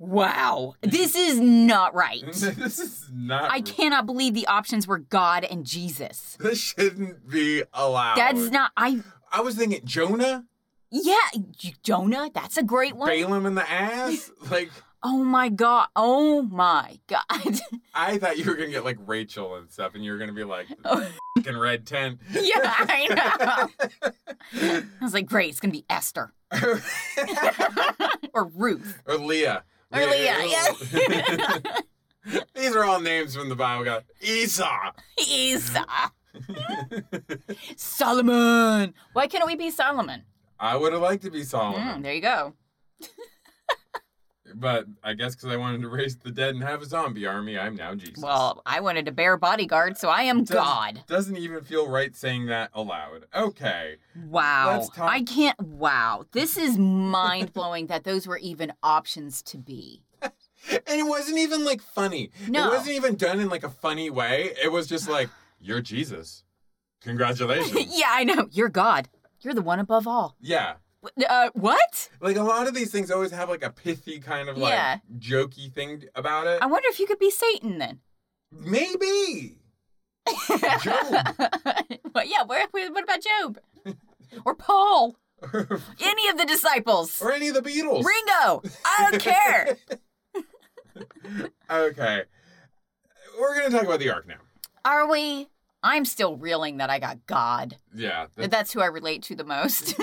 [SPEAKER 2] wow. This is not right.
[SPEAKER 3] this is not
[SPEAKER 2] I cannot believe the options were God and Jesus.
[SPEAKER 3] this shouldn't be allowed
[SPEAKER 2] That's not I
[SPEAKER 3] i was thinking jonah
[SPEAKER 2] yeah, J- Jonah, that's a great one.
[SPEAKER 3] balaam in the ass like
[SPEAKER 2] Oh my god. Oh my god.
[SPEAKER 3] i thought you were gonna get like rachel and stuff and you were gonna be like
[SPEAKER 2] Oh.
[SPEAKER 3] fucking red tent
[SPEAKER 2] yeah, I know. I was like, great, it's gonna be Esther or Ruth.
[SPEAKER 3] or leah
[SPEAKER 2] Or Leah,
[SPEAKER 3] yeah. These are all names from the Bible. God. Esau.
[SPEAKER 2] Esau. Solomon. Why can't we be Solomon?
[SPEAKER 3] I would have liked to be Solomon.
[SPEAKER 2] Mm, there you go.
[SPEAKER 3] But I guess because I wanted to raise the dead and have a zombie army, I'm now Jesus.
[SPEAKER 2] Well, I wanted a bear bodyguard, so I am
[SPEAKER 3] Does-
[SPEAKER 2] God.
[SPEAKER 3] Doesn't even feel right saying that aloud. Okay.
[SPEAKER 2] Wow.
[SPEAKER 3] Let's talk-
[SPEAKER 2] I can't. Wow. This is mind blowing that those were even options to be.
[SPEAKER 3] And it wasn't even like funny.
[SPEAKER 2] No.
[SPEAKER 3] It wasn't even done in like a funny way. It was just like, you're Jesus. Congratulations.
[SPEAKER 2] yeah, I know. You're God. You're the one above all.
[SPEAKER 3] yeah.
[SPEAKER 2] Wh- Uh, what?
[SPEAKER 3] Like a lot of these things always have like a pithy kind of like
[SPEAKER 2] Yeah.
[SPEAKER 3] jokey thing about it.
[SPEAKER 2] I wonder if you could be Satan then.
[SPEAKER 3] Maybe. Job.
[SPEAKER 2] well, yeah. Where, where- what about Job? Or Paul? Any of the disciples?
[SPEAKER 3] or any of the Beatles.
[SPEAKER 2] Ringo? I don't care.
[SPEAKER 3] okay. We're going to talk about the arc now.
[SPEAKER 2] Are we? I'm still reeling that I got God.
[SPEAKER 3] Yeah.
[SPEAKER 2] That that's who I relate to the most.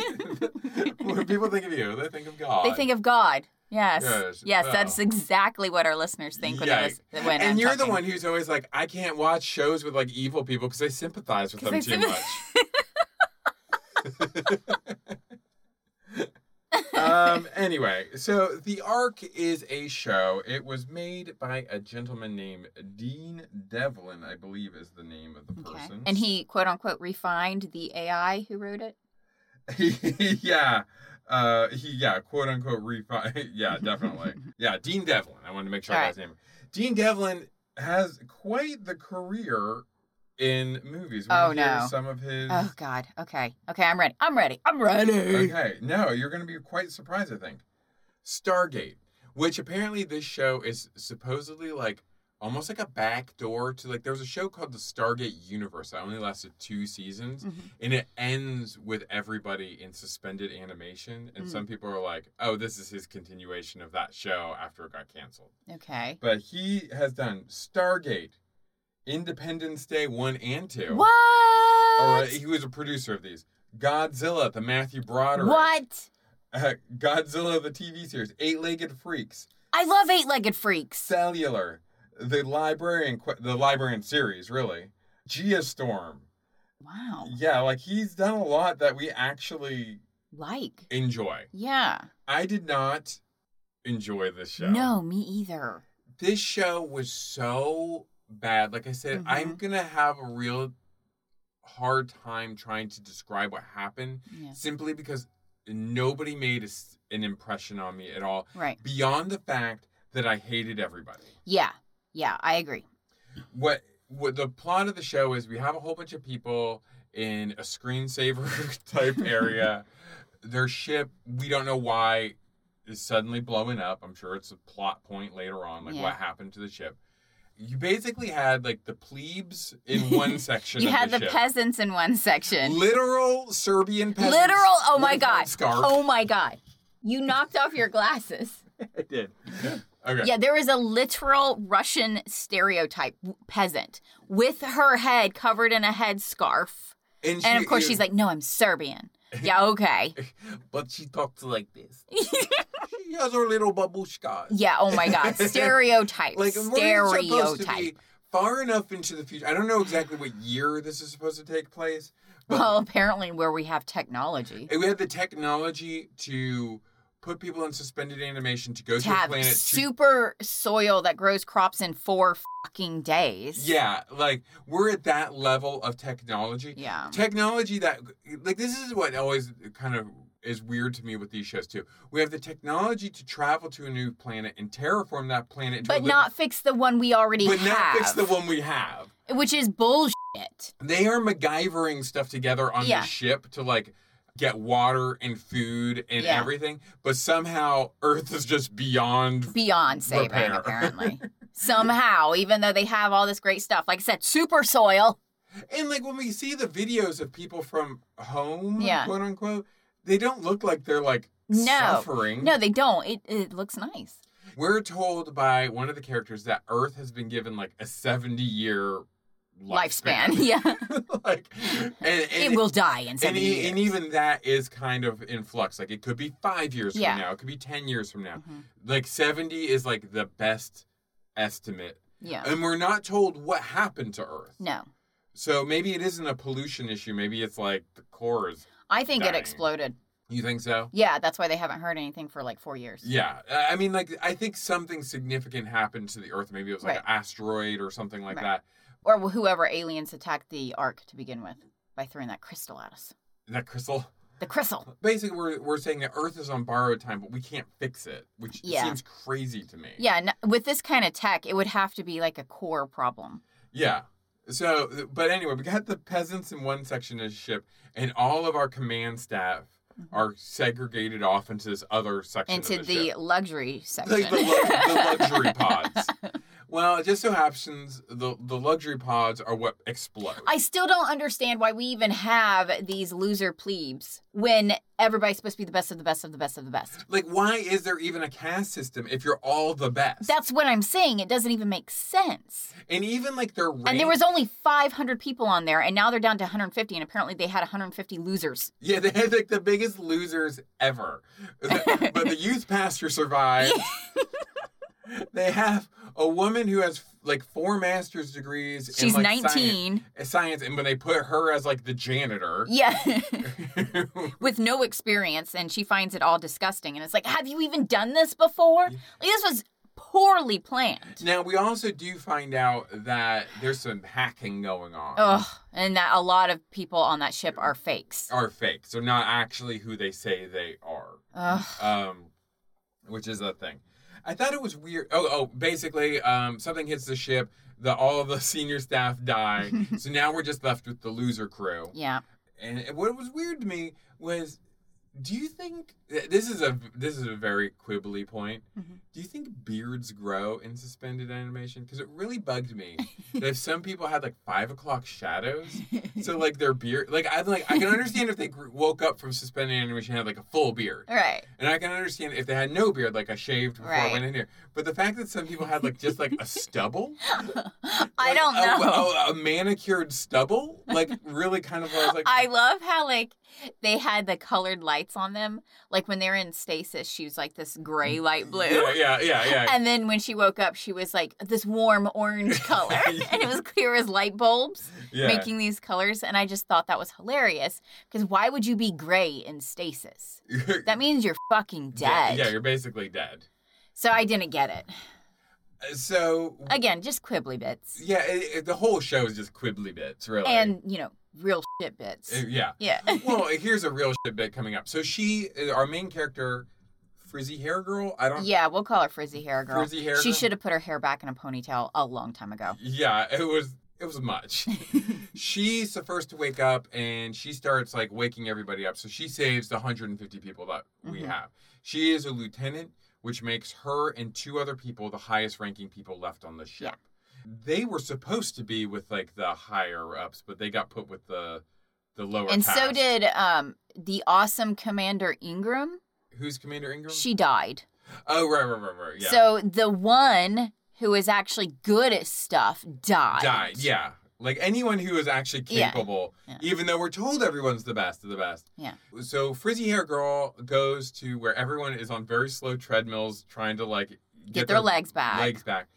[SPEAKER 3] when people think of you, they think of God.
[SPEAKER 2] They think of God. Yes.
[SPEAKER 3] Yes.
[SPEAKER 2] Yes, that's
[SPEAKER 3] Oh.
[SPEAKER 2] exactly what our listeners think when, they
[SPEAKER 3] Yikes.
[SPEAKER 2] listen, when
[SPEAKER 3] and
[SPEAKER 2] I'm
[SPEAKER 3] you're the
[SPEAKER 2] talking.
[SPEAKER 3] one who's always like, I can't watch shows with like evil people because I sympathize with them
[SPEAKER 2] 'Cause I
[SPEAKER 3] too much. um, anyway, so The Ark is a show. It was made by a gentleman named Dean Devlin, I believe is the name of the
[SPEAKER 2] Okay.
[SPEAKER 3] person.
[SPEAKER 2] And he quote unquote refined the AI who wrote it.
[SPEAKER 3] yeah. Uh, he, yeah, quote unquote refi. yeah, definitely. yeah, Dean Devlin. I wanted to make sure I got his name. Dean Devlin has quite the career in movies. Wanna
[SPEAKER 2] Oh,
[SPEAKER 3] hear
[SPEAKER 2] no.
[SPEAKER 3] Some of his.
[SPEAKER 2] Oh God. Okay. Okay. I'm ready. I'm ready. I'm ready.
[SPEAKER 3] Okay, no, you're going to be quite surprised, I think. Stargate, which apparently this show is supposedly like almost like a back door to like there was a show called the Stargate Universe that only lasted two seasons
[SPEAKER 2] Mhm.
[SPEAKER 3] and it ends with everybody in suspended animation and
[SPEAKER 2] Mm.
[SPEAKER 3] some people are like, "Oh, this is his continuation of that show after it got canceled."
[SPEAKER 2] Okay.
[SPEAKER 3] But he has done Stargate, Independence Day 1 and 2.
[SPEAKER 2] What?
[SPEAKER 3] Or, uh, he was a producer of these. Godzilla, the Matthew Broderick.
[SPEAKER 2] What?
[SPEAKER 3] Uh, Godzilla the TV series, Eight Legged Freaks,
[SPEAKER 2] I love eight-legged freaks.
[SPEAKER 3] Cellular, the Librarian, que- the Librarian series, really, Geostorm.
[SPEAKER 2] Wow.
[SPEAKER 3] Yeah, like he's done a lot that we actually
[SPEAKER 2] Like.
[SPEAKER 3] enjoy.
[SPEAKER 2] Yeah.
[SPEAKER 3] I did not enjoy this show.
[SPEAKER 2] No, me either.
[SPEAKER 3] this show was so bad. Like I said,
[SPEAKER 2] Mm-hmm.
[SPEAKER 3] I'm gonna have a real hard time trying to describe what happened,
[SPEAKER 2] Yeah.
[SPEAKER 3] simply because nobody made a s an impression on me at all.
[SPEAKER 2] Right.
[SPEAKER 3] beyond the fact that I hated everybody.
[SPEAKER 2] Yeah. Yeah. I agree.
[SPEAKER 3] What what the plot of the show is we have a whole bunch of people in a screensaver type area. Their ship, we don't know why, is suddenly blowing up. I'm sure it's a plot point later on, like
[SPEAKER 2] Yeah.
[SPEAKER 3] what happened to the ship. You basically had like the plebes in one section.
[SPEAKER 2] You
[SPEAKER 3] of
[SPEAKER 2] had
[SPEAKER 3] the,
[SPEAKER 2] the,
[SPEAKER 3] ship.
[SPEAKER 2] peasants in one section.
[SPEAKER 3] Literal Serbian peasants.
[SPEAKER 2] Literal. Oh
[SPEAKER 3] with
[SPEAKER 2] my
[SPEAKER 3] a
[SPEAKER 2] god.
[SPEAKER 3] Scarf.
[SPEAKER 2] Oh my god. You knocked off your glasses.
[SPEAKER 3] I did. Okay.
[SPEAKER 2] Yeah, there is a literal Russian stereotype w- peasant with her head covered in a headscarf. And of
[SPEAKER 3] she-
[SPEAKER 2] course, she's like, no, I'm Serbian. Yeah, okay.
[SPEAKER 3] but she talks like this. she has her little babushkas.
[SPEAKER 2] Yeah, oh my God. Stereotype.
[SPEAKER 3] Like we're supposed to be
[SPEAKER 2] stereotype.
[SPEAKER 3] far enough into the future. I don't know exactly what year this is supposed to take place, but
[SPEAKER 2] Well, apparently, where we have technology.
[SPEAKER 3] we have the technology to put people in suspended animation to go
[SPEAKER 2] To
[SPEAKER 3] to a
[SPEAKER 2] have
[SPEAKER 3] planet. To,
[SPEAKER 2] super soil that grows crops in four fucking days.
[SPEAKER 3] yeah, like we're at that level of technology.
[SPEAKER 2] Yeah.
[SPEAKER 3] Technology that like this is what always kind of is weird to me with these shows too. We have the technology to travel to a new planet and terraform that planet, into a
[SPEAKER 2] But
[SPEAKER 3] living-
[SPEAKER 2] not fix the one we already
[SPEAKER 3] but
[SPEAKER 2] have.
[SPEAKER 3] not fix the one we have.
[SPEAKER 2] Which is bullshit.
[SPEAKER 3] They are MacGyvering stuff together on
[SPEAKER 2] Yeah.
[SPEAKER 3] the ship to like get water and food and
[SPEAKER 2] Yeah.
[SPEAKER 3] everything, but somehow Earth is just beyond.
[SPEAKER 2] Beyond saving,
[SPEAKER 3] Repair.
[SPEAKER 2] apparently. Somehow, even though they have all this great stuff. Like I said, super soil.
[SPEAKER 3] And like when we see the videos of people from home,
[SPEAKER 2] Yeah.
[SPEAKER 3] quote unquote, they don't look like they're like
[SPEAKER 2] No.
[SPEAKER 3] suffering.
[SPEAKER 2] No, they don't. It, it looks nice.
[SPEAKER 3] We're told by one of the characters that Earth has been given like a 70 year
[SPEAKER 2] Lifespan. Yeah.
[SPEAKER 3] like, and,
[SPEAKER 2] it
[SPEAKER 3] and
[SPEAKER 2] will die in
[SPEAKER 3] and,
[SPEAKER 2] 70
[SPEAKER 3] e-
[SPEAKER 2] years.
[SPEAKER 3] and even that is kind of in flux. Like it could be five years
[SPEAKER 2] Yeah.
[SPEAKER 3] from now, it could be ten years from now.
[SPEAKER 2] Mhm.
[SPEAKER 3] Like seventy is like the best estimate,
[SPEAKER 2] Yeah.
[SPEAKER 3] and we're not told what happened to Earth.
[SPEAKER 2] no.
[SPEAKER 3] So maybe it isn't a pollution issue. Maybe it's like the cores.
[SPEAKER 2] I think it
[SPEAKER 3] dying.
[SPEAKER 2] exploded.
[SPEAKER 3] You think so?
[SPEAKER 2] Yeah, that's why they haven't heard anything for like four years.
[SPEAKER 3] Yeah, I I mean, like I think something significant happened to the Earth. Maybe it was like
[SPEAKER 2] Right.
[SPEAKER 3] an asteroid or something like
[SPEAKER 2] Right.
[SPEAKER 3] that.
[SPEAKER 2] Or whoever aliens attacked the Ark to begin with by throwing that crystal at us.
[SPEAKER 3] That crystal.
[SPEAKER 2] The crystal.
[SPEAKER 3] Basically, we're we're saying that Earth is on borrowed time, but we can't fix it, which
[SPEAKER 2] Yeah.
[SPEAKER 3] seems crazy to me.
[SPEAKER 2] Yeah, n- with this kind of tech, it would have to be like a core problem.
[SPEAKER 3] Yeah. So, but anyway, we got the peasants in one section of the ship, and all of our command staff are segregated off into this other section
[SPEAKER 2] Mm-hmm. Into
[SPEAKER 3] of
[SPEAKER 2] the,
[SPEAKER 3] the, ship.
[SPEAKER 2] luxury section.
[SPEAKER 3] Like the, lu- the luxury pods. Well, it just so happens the the luxury pods are what explode.
[SPEAKER 2] I still don't understand why we even have these loser plebes when everybody's supposed to be the best of the best of the best of the best.
[SPEAKER 3] like, why is there even a caste system if you're all the best?
[SPEAKER 2] That's what I'm saying. It doesn't even make sense.
[SPEAKER 3] and even like their rank,
[SPEAKER 2] And there was only 500 people on there, and now they're down to 150, and apparently they had 150 losers.
[SPEAKER 3] yeah, they had like the biggest losers ever. but the youth pastor survived. they have a woman who has like four master's degrees.
[SPEAKER 2] She's
[SPEAKER 3] in, like, science-
[SPEAKER 2] 19.
[SPEAKER 3] uh, Science, and when they put her as like the janitor.
[SPEAKER 2] Yeah. With no experience, and she finds it all disgusting. And it's like, have you even done this before? Like, this was poorly planned.
[SPEAKER 3] now we also do find out that there's some hacking going on.
[SPEAKER 2] Ugh. And that a lot of people on that ship are fakes.
[SPEAKER 3] Are fake, so not actually who they say they are.
[SPEAKER 2] Ugh.
[SPEAKER 3] um, which is a thing. I thought it was weird. Oh, oh basically, um, something hits the ship. The all the senior staff die, so now we're just left with the loser crew.
[SPEAKER 2] Yeah.
[SPEAKER 3] And what was weird to me was, do you think this is a this is a very quibbly point?
[SPEAKER 2] Mhm.
[SPEAKER 3] Do you think beards grow in suspended animation? Because it really bugged me that if some people had like five o'clock shadows, so like their beard, like I'm like I can understand if they grew, woke up from suspended animation and had like a full beard.
[SPEAKER 2] All right.
[SPEAKER 3] And I can understand if they had no beard, like I shaved before I
[SPEAKER 2] Right.
[SPEAKER 3] went in here. But the fact that some people had like just like a stubble,
[SPEAKER 2] I
[SPEAKER 3] like,
[SPEAKER 2] don't
[SPEAKER 3] a-
[SPEAKER 2] know.
[SPEAKER 3] a, a manicured stubble, like really kind of what I was like,
[SPEAKER 2] I love how like they had the colored lights on them. Like when they're in stasis, she was like this gray light blue.
[SPEAKER 3] Mm. yeah, yeah, yeah, yeah.
[SPEAKER 2] And then when she woke up, she was like this warm orange color. and it was clear as light bulbs
[SPEAKER 3] yeah.
[SPEAKER 2] making these colors. And I just thought that was hilarious because why would you be gray in stasis? That means you're fucking
[SPEAKER 3] Mm. Yeah,
[SPEAKER 2] dead.
[SPEAKER 3] Yeah, you're basically dead.
[SPEAKER 2] So I didn't get it.
[SPEAKER 3] Uh, So
[SPEAKER 2] Again, just quibbly bits.
[SPEAKER 3] yeah, it, it- the whole show is just quibbly bits, really.
[SPEAKER 2] And, you know, real shit bits.
[SPEAKER 3] Uh, yeah.
[SPEAKER 2] yeah.
[SPEAKER 3] Well, here's a real shit bit coming up. So she, uh, our main character, frizzy hair girl. I don't.
[SPEAKER 2] Yeah, we'll call her frizzy hair girl.
[SPEAKER 3] Frizzy hair
[SPEAKER 2] she
[SPEAKER 3] girl?
[SPEAKER 2] should have put her hair back in a ponytail a long time ago.
[SPEAKER 3] Yeah, it was it was much. She's the first to wake up and she starts like waking everybody up. So she saves the 150 people that we
[SPEAKER 2] Mhm.
[SPEAKER 3] have. She is a lieutenant, which makes her and two other people the highest ranking people left on the ship. They were supposed to be with like the higher ups, but they got put with the the lower
[SPEAKER 2] And so
[SPEAKER 3] caste.
[SPEAKER 2] did um, the awesome Commander Ingram.
[SPEAKER 3] Who's Commander Ingram?
[SPEAKER 2] She died.
[SPEAKER 3] oh, right, right, right, right. Yeah.
[SPEAKER 2] So the one who is actually good at stuff died.
[SPEAKER 3] died. Yeah. Like anyone who is actually
[SPEAKER 2] Yeah.
[SPEAKER 3] capable,
[SPEAKER 2] Yeah.
[SPEAKER 3] even though we're told everyone's the best of the best.
[SPEAKER 2] Yeah.
[SPEAKER 3] So Frizzy Hair Girl goes to where everyone is on very slow treadmills trying to like get,
[SPEAKER 2] Get their legs back.
[SPEAKER 3] Legs back.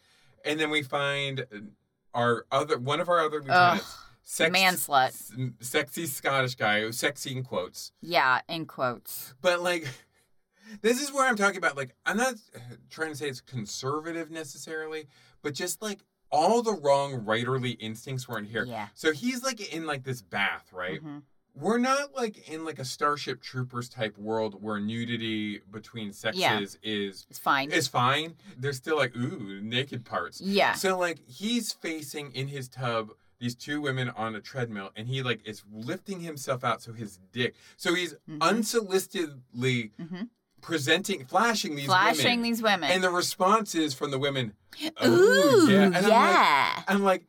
[SPEAKER 3] And then we find our other one of our other
[SPEAKER 2] Ugh,
[SPEAKER 3] lieutenants, sex,
[SPEAKER 2] man slut.
[SPEAKER 3] s- sexy Scottish guy, who's sexy in quotes.
[SPEAKER 2] yeah, in quotes.
[SPEAKER 3] But like this is where I'm talking about like I'm not uh, trying to say it's conservative necessarily, but just like all the wrong writerly instincts weren't here.
[SPEAKER 2] Yeah.
[SPEAKER 3] So he's like in like this bath, right?
[SPEAKER 2] Mhm.
[SPEAKER 3] We're not like in like a Starship Troopers type world where nudity between sexes
[SPEAKER 2] Yeah.
[SPEAKER 3] is
[SPEAKER 2] It's fine.
[SPEAKER 3] is fine. There's still like ooh naked parts.
[SPEAKER 2] yeah.
[SPEAKER 3] So like he's facing in his tub these two women on a treadmill and he like is lifting himself out so his dick so he's
[SPEAKER 2] Mhm.
[SPEAKER 3] unsolicitedly
[SPEAKER 2] Mhm.
[SPEAKER 3] presenting flashing these
[SPEAKER 2] Flashing
[SPEAKER 3] women
[SPEAKER 2] these women.
[SPEAKER 3] and the responses from the women
[SPEAKER 2] Ooh,
[SPEAKER 3] yeah
[SPEAKER 2] yeah.
[SPEAKER 3] and I'm, like, I'm like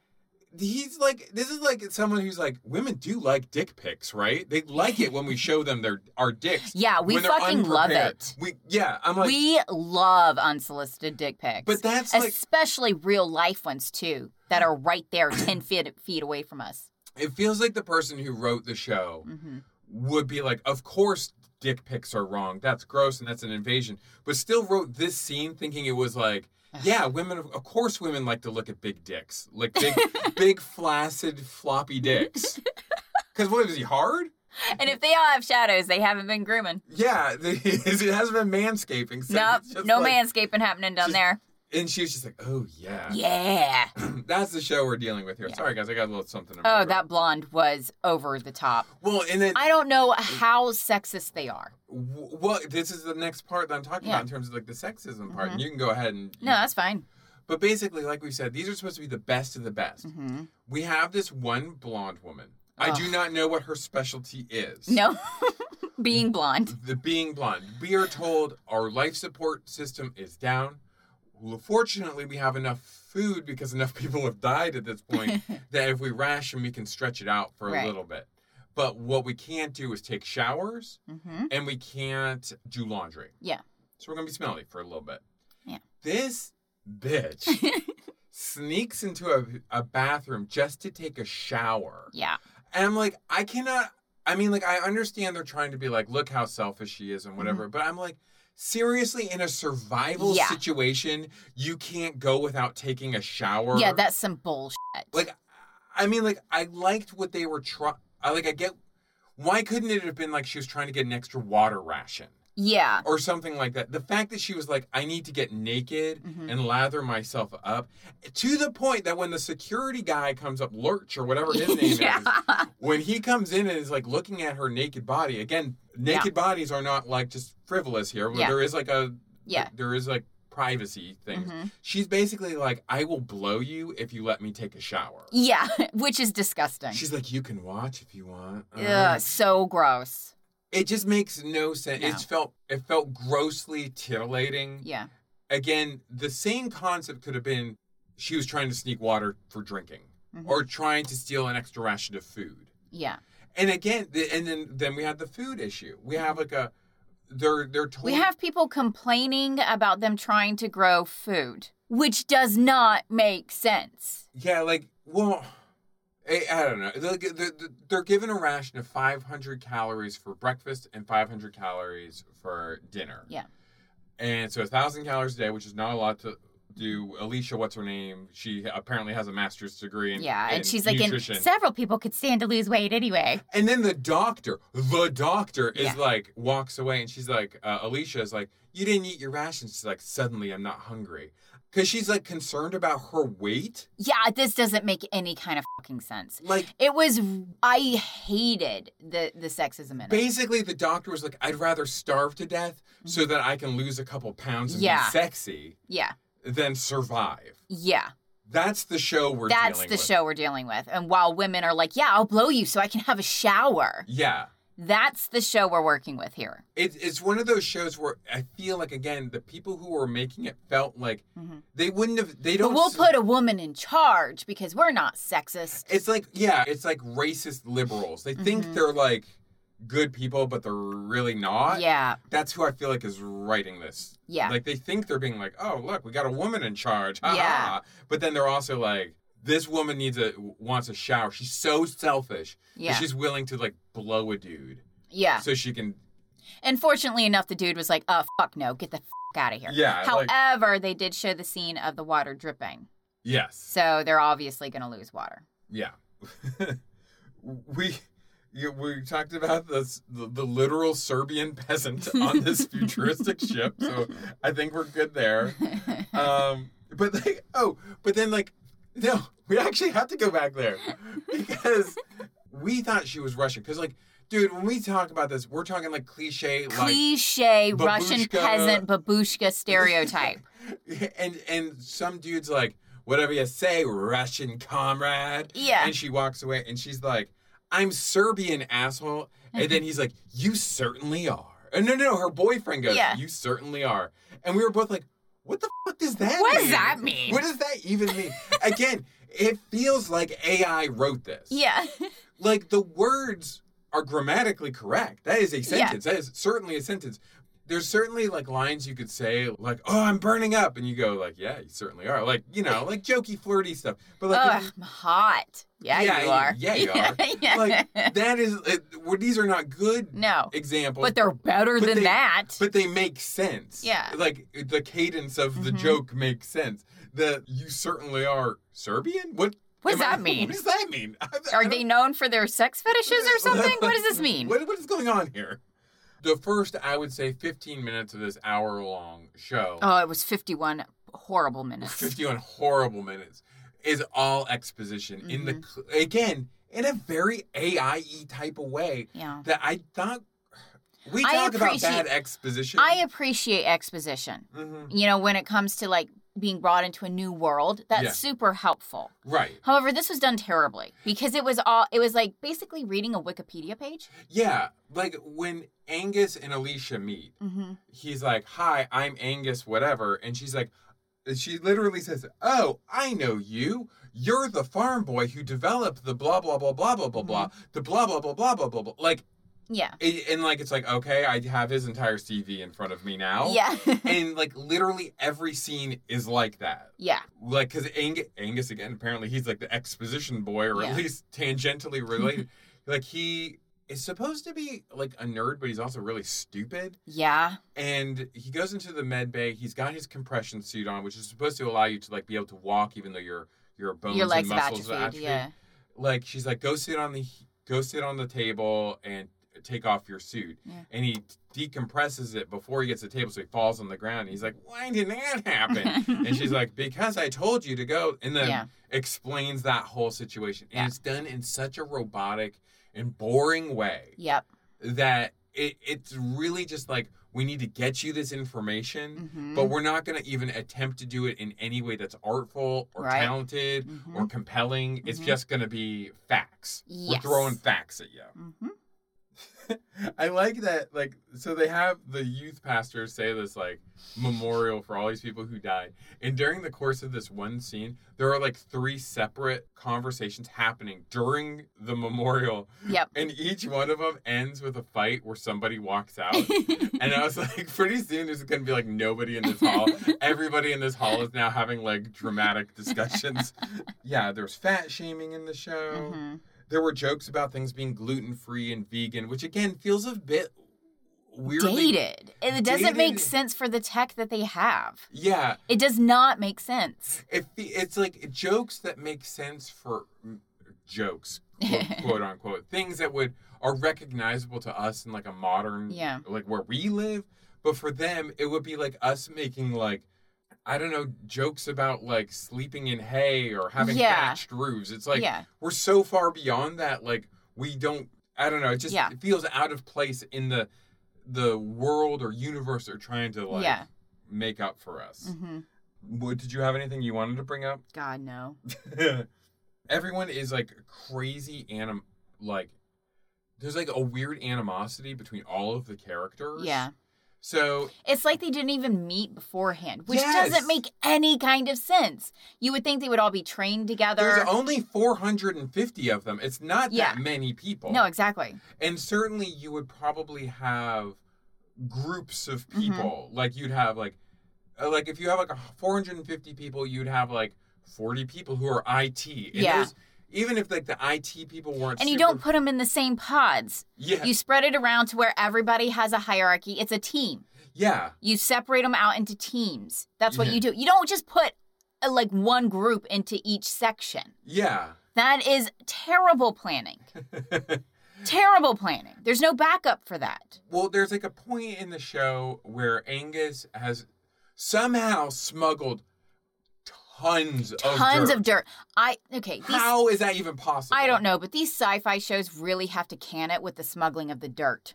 [SPEAKER 3] he's like this is like someone who's like women do like dick pics right they like it when we show them their our dicks
[SPEAKER 2] yeah, we
[SPEAKER 3] when they're
[SPEAKER 2] fucking love
[SPEAKER 3] unprepared.
[SPEAKER 2] it.
[SPEAKER 3] we yeah I'm like
[SPEAKER 2] we love unsolicited dick pics.
[SPEAKER 3] but that's like
[SPEAKER 2] especially real life ones too that are right there 10 feet, feet away from us
[SPEAKER 3] it feels like the person who wrote the show
[SPEAKER 2] hmm
[SPEAKER 3] would be like, of course, dick pics are wrong. That's gross and that's an invasion. But still wrote this scene thinking it was like, yeah, women, of course, women like to look at big dicks, like big, big flaccid, floppy dicks. Because what is he hard?
[SPEAKER 2] and if they all have shadows they haven't been grooming
[SPEAKER 3] Yeah, the, it hasn't been manscaping. So
[SPEAKER 2] nope
[SPEAKER 3] it's just
[SPEAKER 2] no
[SPEAKER 3] like-
[SPEAKER 2] manscaping happening down
[SPEAKER 3] just-
[SPEAKER 2] there
[SPEAKER 3] And she was just like, oh yeah,
[SPEAKER 2] yeah
[SPEAKER 3] that's the show we're dealing with here.
[SPEAKER 2] Yeah.
[SPEAKER 3] Sorry guys, I got a little something. in my
[SPEAKER 2] oh
[SPEAKER 3] throat.
[SPEAKER 2] that blonde was over the top
[SPEAKER 3] Well, and then
[SPEAKER 2] i don't know how sexist they are
[SPEAKER 3] w- well, this is the next part that I'm talking
[SPEAKER 2] Yeah. Mm-hmm.
[SPEAKER 3] about in terms of like the sexism part. And you can go ahead and
[SPEAKER 2] no that's fine
[SPEAKER 3] But basically, like we said, these are supposed to be the best of the best.
[SPEAKER 2] Mhm.
[SPEAKER 3] We have this one blonde woman. I do
[SPEAKER 2] Ugh.
[SPEAKER 3] not know what her specialty is.
[SPEAKER 2] no being blonde
[SPEAKER 3] The being blonde. We are told our life support system is down. Well, fortunately, we have enough food because enough people have died at this point that if we ration, we can stretch it out for
[SPEAKER 2] Right.
[SPEAKER 3] a little bit. But what we can't do is take showers
[SPEAKER 2] hmm
[SPEAKER 3] and we can't do laundry.
[SPEAKER 2] Yeah.
[SPEAKER 3] So we're gonna be smelly for a little bit.
[SPEAKER 2] Yeah.
[SPEAKER 3] This bitch sneaks into a, a bathroom just to take a shower.
[SPEAKER 2] yeah
[SPEAKER 3] And I'm like,
[SPEAKER 2] Mm-hmm.
[SPEAKER 3] I cannot I mean, like, I understand they're trying to be like, look how selfish she is and whatever, but I'm like, seriously in a survival
[SPEAKER 2] Yeah.
[SPEAKER 3] situation, you can't go without taking a shower.
[SPEAKER 2] yeah, that's some bullshit.
[SPEAKER 3] like I mean like I liked what they were trying I like I get why couldn't it have been like she was trying to get an extra water ration
[SPEAKER 2] yeah,
[SPEAKER 3] or something like that? The fact that she was like I need to get naked
[SPEAKER 2] Mhm.
[SPEAKER 3] and lather myself up to the point that when the security guy comes up Lurch or whatever his name
[SPEAKER 2] yeah,
[SPEAKER 3] is when he comes in and is like looking at her naked body again naked bodies are not like just frivolous here
[SPEAKER 2] Yeah.
[SPEAKER 3] there is like a
[SPEAKER 2] yeah.
[SPEAKER 3] there is like privacy things
[SPEAKER 2] Mhm.
[SPEAKER 3] she's basically like i will blow you if you let me take a shower
[SPEAKER 2] Yeah, which is disgusting.
[SPEAKER 3] She's like, you can watch if you want. Uh,
[SPEAKER 2] Ugh, so gross.
[SPEAKER 3] It just makes no sense.
[SPEAKER 2] No.
[SPEAKER 3] It's felt it felt grossly titillating.
[SPEAKER 2] Yeah.
[SPEAKER 3] Again, the same concept could have been she was trying to sneak water for drinking
[SPEAKER 2] Mhm.
[SPEAKER 3] or trying to steal an extra ration of food.
[SPEAKER 2] Yeah.
[SPEAKER 3] And again, the, and then then we had the food issue. We have like a they're they're told
[SPEAKER 2] We have people complaining about them trying to grow food, which does not make sense.
[SPEAKER 3] yeah like well. I, I don't know. They're, they're, they're given a ration of 500 calories for breakfast and 500 calories for dinner.
[SPEAKER 2] Yeah.
[SPEAKER 3] And so a thousand calories a day, which is not a lot to do. Alicia, what's her name? She apparently has a master's degree in
[SPEAKER 2] Yeah.
[SPEAKER 3] in
[SPEAKER 2] And she's like, and
[SPEAKER 3] nutrition.
[SPEAKER 2] several people could stand to lose weight anyway.
[SPEAKER 3] and then the doctor, the doctor is
[SPEAKER 2] Yeah.
[SPEAKER 3] like walks away, and she's like, uh, Alicia is like, you didn't eat your rations. She's like, suddenly I'm not hungry, because she's like concerned about her weight.
[SPEAKER 2] Yeah, this doesn't make any kind of fucking sense.
[SPEAKER 3] Like
[SPEAKER 2] It was, I hated the, the sexism in it.
[SPEAKER 3] basically, the doctor was like, I'd rather starve to death so that I can lose a couple pounds
[SPEAKER 2] Mm-hmm.
[SPEAKER 3] and
[SPEAKER 2] Yeah.
[SPEAKER 3] be sexy
[SPEAKER 2] Yeah.
[SPEAKER 3] than survive.
[SPEAKER 2] Yeah.
[SPEAKER 3] That's the show we're
[SPEAKER 2] That's
[SPEAKER 3] dealing
[SPEAKER 2] the
[SPEAKER 3] with.
[SPEAKER 2] show we're dealing with. And while women are like, yeah, I'll blow you so I can have a shower,
[SPEAKER 3] Yeah.
[SPEAKER 2] that's the show we're working with here.
[SPEAKER 3] it, it's one of those shows where I feel like again the people who were making it felt like
[SPEAKER 2] Mhm.
[SPEAKER 3] they wouldn't have they
[SPEAKER 2] But
[SPEAKER 3] don't
[SPEAKER 2] we'll
[SPEAKER 3] s-
[SPEAKER 2] put a woman in charge because we're not sexist.
[SPEAKER 3] it's like yeah it's like racist liberals they think
[SPEAKER 2] Mhm.
[SPEAKER 3] they're like good people but they're really not
[SPEAKER 2] Yeah.
[SPEAKER 3] that's who I feel like is writing this
[SPEAKER 2] Yeah.
[SPEAKER 3] like they think they're being like oh look we got a woman in charge ha
[SPEAKER 2] Yeah.
[SPEAKER 3] ha." but then they're also like this woman needs a wants a shower she's so selfish that
[SPEAKER 2] yeah.
[SPEAKER 3] she's willing to like blow a dude
[SPEAKER 2] Yeah.
[SPEAKER 3] so she can
[SPEAKER 2] And fortunately enough, the dude was like, uh, fuck no, get the fuck out of here.
[SPEAKER 3] yeah like-
[SPEAKER 2] However, they did show the scene of the water dripping.
[SPEAKER 3] yes
[SPEAKER 2] So they're obviously going to lose water.
[SPEAKER 3] Yeah. we you- we talked about this the, the literal Serbian peasant on this futuristic ship, so I think we're good there. Um, but like, oh, but then like, no, we actually have to go back there because we thought she was Russian. Because like, dude, when we talk about this, we're talking like cliche,
[SPEAKER 2] Cliche Russian
[SPEAKER 3] babushka-
[SPEAKER 2] peasant babushka stereotype.
[SPEAKER 3] like, and and some dudes like whatever you say, Russian comrade.
[SPEAKER 2] yeah.
[SPEAKER 3] And she walks away and she's like, I'm Serbian, asshole. And
[SPEAKER 2] Mm-hmm.
[SPEAKER 3] then he's like, You certainly are. And no, no, no, her boyfriend goes,
[SPEAKER 2] Yeah.
[SPEAKER 3] You certainly are. And we were both like, What the fuck does that
[SPEAKER 2] What
[SPEAKER 3] mean?
[SPEAKER 2] does that mean?
[SPEAKER 3] What does that even mean? Again, it feels like AI wrote this.
[SPEAKER 2] yeah.
[SPEAKER 3] Like the words are grammatically correct. That is a
[SPEAKER 2] Yeah.
[SPEAKER 3] sentence. That is certainly a sentence. There's certainly like lines you could say like, "Oh, I'm burning up," and you go like, "Yeah, you certainly are." Like, you know, like jokey, flirty stuff. But like, if
[SPEAKER 2] Ugh, I'm hot. Yeah,
[SPEAKER 3] Yeah,
[SPEAKER 2] you are.
[SPEAKER 3] yeah, you are.
[SPEAKER 2] yeah.
[SPEAKER 3] like that is it, well, these are not good
[SPEAKER 2] no.
[SPEAKER 3] examples
[SPEAKER 2] But they're better
[SPEAKER 3] but
[SPEAKER 2] than
[SPEAKER 3] they-
[SPEAKER 2] that.
[SPEAKER 3] but they make sense
[SPEAKER 2] Yeah.
[SPEAKER 3] like the cadence of the
[SPEAKER 2] Mhm.
[SPEAKER 3] joke makes sense the you certainly are serbian what
[SPEAKER 2] what does
[SPEAKER 3] am I-
[SPEAKER 2] that mean?
[SPEAKER 3] what does that mean I- I
[SPEAKER 2] Are
[SPEAKER 3] don't-
[SPEAKER 2] they known for their sex fetishes or something? What does this mean?
[SPEAKER 3] what, what is going on here the first i would say 15 minutes of this hour long show
[SPEAKER 2] Oh, it was 51 horrible minutes.
[SPEAKER 3] 51 horrible minutes is all exposition in the
[SPEAKER 2] Mm-hmm.
[SPEAKER 3] cl- again in a very AIE type of way
[SPEAKER 2] Yeah.
[SPEAKER 3] that I thought we
[SPEAKER 2] I
[SPEAKER 3] talk about
[SPEAKER 2] appreciate-
[SPEAKER 3] bad exposition.
[SPEAKER 2] I appreciate exposition.
[SPEAKER 3] Mhm.
[SPEAKER 2] You know, when it comes to like being brought into a new world, that's
[SPEAKER 3] Yeah.
[SPEAKER 2] super helpful.
[SPEAKER 3] Right.
[SPEAKER 2] However, this was done terribly because it was all it was like basically reading a Wikipedia page.
[SPEAKER 3] Yeah. Like when Angus and Alicia meet,
[SPEAKER 2] Mm-hmm.
[SPEAKER 3] he's like, Hi, I'm Angus, whatever. And she's like, She literally says, Oh, I know you. You're the farm boy who developed the blah, blah, blah, blah, blah, blah, blah,
[SPEAKER 2] Mm-hmm.
[SPEAKER 3] the blah, blah, blah, blah, blah, blah, blah. Like,
[SPEAKER 2] Yeah.
[SPEAKER 3] it, and like, it's like, okay, I have his entire CV in front of me now.
[SPEAKER 2] Yeah.
[SPEAKER 3] and like, literally every scene is like that.
[SPEAKER 2] yeah.
[SPEAKER 3] like because Ang- Angus again apparently he's like the exposition boy or
[SPEAKER 2] Yeah.
[SPEAKER 3] at least tangentially related like he is supposed to be like a nerd, but he's also really stupid.
[SPEAKER 2] Yeah.
[SPEAKER 3] And he goes into the med bay. He's got his compression suit on, which is supposed to allow you to like be able to walk, even though your your bones
[SPEAKER 2] Your
[SPEAKER 3] and
[SPEAKER 2] legs about to
[SPEAKER 3] muscles
[SPEAKER 2] food.
[SPEAKER 3] are atrophied.
[SPEAKER 2] Yeah.
[SPEAKER 3] Like she's like, go sit on the go sit on the table and take off your suit.
[SPEAKER 2] Yeah.
[SPEAKER 3] And he decompresses it before he gets to the table, so he falls on the ground. And he's like, why did that happen? and she's like, because I told you to go. And then
[SPEAKER 2] Yeah.
[SPEAKER 3] explains that whole situation. And
[SPEAKER 2] Yeah.
[SPEAKER 3] it's done in such a robotic and boring way
[SPEAKER 2] Yep.
[SPEAKER 3] that it, it's really just like we need to get you this information
[SPEAKER 2] Mm-hmm.
[SPEAKER 3] but we're not going to even attempt to do it in any way that's artful or
[SPEAKER 2] Right. Mm-hmm.
[SPEAKER 3] talented or compelling it's
[SPEAKER 2] Mhm.
[SPEAKER 3] just going to be facts
[SPEAKER 2] Mm-hmm. Yes.
[SPEAKER 3] we're throwing facts at you
[SPEAKER 2] hmm
[SPEAKER 3] i like that like so they have the youth pastors say this like memorial for all these people who died and during the course of this one scene there are like three separate conversations happening during the memorial
[SPEAKER 2] Yep.
[SPEAKER 3] and each one of them ends with a fight where somebody walks out. and I was like, pretty soon there's going to be like nobody in this hall. Everybody in this hall is now having like dramatic discussions. yeah, there's fat shaming in the show.
[SPEAKER 2] hmm
[SPEAKER 3] There were jokes about things being gluten free and vegan, which again feels a bit weirdly.
[SPEAKER 2] Dated. It doesn't make
[SPEAKER 3] dated.
[SPEAKER 2] sense for the tech that they have.
[SPEAKER 3] Yeah,
[SPEAKER 2] It does not make sense.
[SPEAKER 3] it, fe- it's like jokes that make sense for mm, jokes, quote, quote unquote, things that would are recognizable to us in like a modern,
[SPEAKER 2] Yeah.
[SPEAKER 3] like where we live. But for them, it would be like us making like, I don't know, jokes about like sleeping in hay or having
[SPEAKER 2] Yeah.
[SPEAKER 3] thatched roofs. It's like
[SPEAKER 2] yeah.
[SPEAKER 3] we're so far beyond that. Like we don't, I don't know. It just
[SPEAKER 2] Yeah.
[SPEAKER 3] it feels out of place in the the world or universe they're trying to like
[SPEAKER 2] Yeah.
[SPEAKER 3] make up for us.
[SPEAKER 2] hmm
[SPEAKER 3] What, did you have anything you wanted to bring up?
[SPEAKER 2] God no.
[SPEAKER 3] Everyone is like crazy anim like there's like a weird animosity between all of the characters.
[SPEAKER 2] Yeah.
[SPEAKER 3] So
[SPEAKER 2] It's like they didn't even meet beforehand, which
[SPEAKER 3] Yes.
[SPEAKER 2] doesn't make any kind of sense. You would think they would all be trained together.
[SPEAKER 3] there's only 450 of them. It's not
[SPEAKER 2] Yeah.
[SPEAKER 3] that many people.
[SPEAKER 2] no, exactly.
[SPEAKER 3] and certainly you would probably have groups of
[SPEAKER 2] Mm-hmm.
[SPEAKER 3] people. Like you'd have like uh, like if you have like a 450 people, you'd have like 40 people who are IT. And
[SPEAKER 2] Yeah.
[SPEAKER 3] those- Even if like the IT people weren't
[SPEAKER 2] And you
[SPEAKER 3] super-
[SPEAKER 2] don't put them in the same pods.
[SPEAKER 3] yeah,
[SPEAKER 2] You spread it around to where everybody has a hierarchy. It's a team.
[SPEAKER 3] yeah.
[SPEAKER 2] You separate them out into teams. That's what
[SPEAKER 3] Yeah.
[SPEAKER 2] you do. You don't just put uh, like one group into each section.
[SPEAKER 3] Yeah.
[SPEAKER 2] That is terrible planning. terrible planning. There's no backup for that.
[SPEAKER 3] Well, there's like a point in the show where Angus has somehow smuggled tons of
[SPEAKER 2] Tons
[SPEAKER 3] dirt.
[SPEAKER 2] of dirt. I okay, these
[SPEAKER 3] How is that even possible?
[SPEAKER 2] I don't know, but these sci-fi shows really have to can it with the smuggling of the dirt,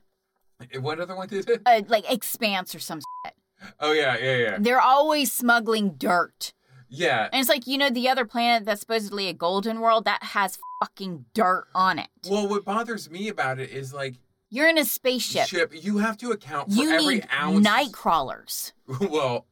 [SPEAKER 3] know. What other one did it?
[SPEAKER 2] uh, like Expanse or some. Shit.
[SPEAKER 3] Oh yeah, yeah, yeah,
[SPEAKER 2] They're always smuggling dirt,
[SPEAKER 3] yeah.
[SPEAKER 2] and it's like you know the other planet that's supposedly a golden world that has fucking dirt on it.
[SPEAKER 3] Well, what bothers me about it is like
[SPEAKER 2] You're in a spaceship.
[SPEAKER 3] ship. You have to account for
[SPEAKER 2] you
[SPEAKER 3] every
[SPEAKER 2] need
[SPEAKER 3] ounce.
[SPEAKER 2] night crawlers.
[SPEAKER 3] well,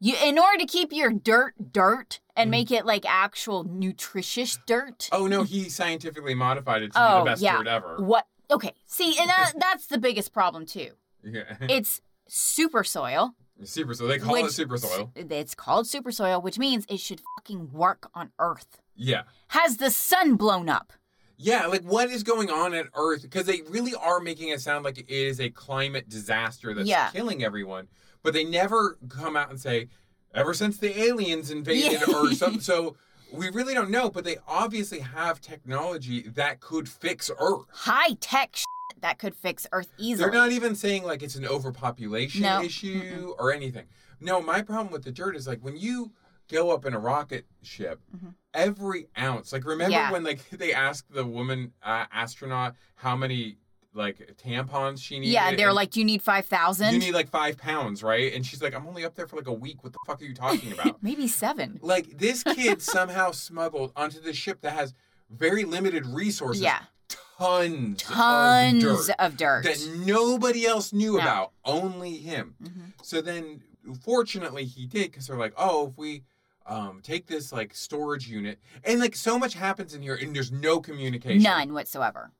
[SPEAKER 2] You in order to keep your dirt dirt and make it like actual nutritious dirt.
[SPEAKER 3] Mm-hmm. oh no, he scientifically modified it to be
[SPEAKER 2] Oh,
[SPEAKER 3] the best
[SPEAKER 2] yeah.
[SPEAKER 3] dirt ever.
[SPEAKER 2] What? Okay, see, and that, that's the biggest problem too.
[SPEAKER 3] Yeah.
[SPEAKER 2] It's super soil.
[SPEAKER 3] super soil. They call it
[SPEAKER 2] Which-
[SPEAKER 3] super soil.
[SPEAKER 2] It's called super soil, which means it should fucking work on Earth.
[SPEAKER 3] Yeah.
[SPEAKER 2] Has the sun blown up?
[SPEAKER 3] Yeah, like what is going on at Earth? Because they really are making it sound like it is a climate disaster that's
[SPEAKER 2] Yeah.
[SPEAKER 3] killing everyone, but they never come out and say, ever since the aliens invaded
[SPEAKER 2] Yeah.
[SPEAKER 3] Earth, so, so we really don't know. But they obviously have technology that could fix Earth.
[SPEAKER 2] High tech shit that could fix Earth easily.
[SPEAKER 3] They're not even saying like it's an overpopulation
[SPEAKER 2] No.
[SPEAKER 3] issue or anything. No, my problem with the dirt is like when you go up in a rocket ship, every ounce. Like remember
[SPEAKER 2] Mm-hmm. Yeah.
[SPEAKER 3] when like they asked the woman uh, astronaut how many like tampons she needed?
[SPEAKER 2] yeah, they're
[SPEAKER 3] and
[SPEAKER 2] like, do you need five
[SPEAKER 3] you
[SPEAKER 2] thousand?
[SPEAKER 3] need like five pounds, right? And she's like, I'm only up there for like a week. What the fuck are you talking about?
[SPEAKER 2] Maybe seven.
[SPEAKER 3] like this kid somehow smuggled onto the ship that has very limited resources.
[SPEAKER 2] Yeah.
[SPEAKER 3] Tons,
[SPEAKER 2] Tons
[SPEAKER 3] of dirt
[SPEAKER 2] of dirt.
[SPEAKER 3] that nobody else knew
[SPEAKER 2] No.
[SPEAKER 3] about, only him.
[SPEAKER 2] Mhm.
[SPEAKER 3] So then, fortunately, he did because they're like, oh, if we um, take this like storage unit, and like so much happens in here, and there's no communication.
[SPEAKER 2] None whatsoever.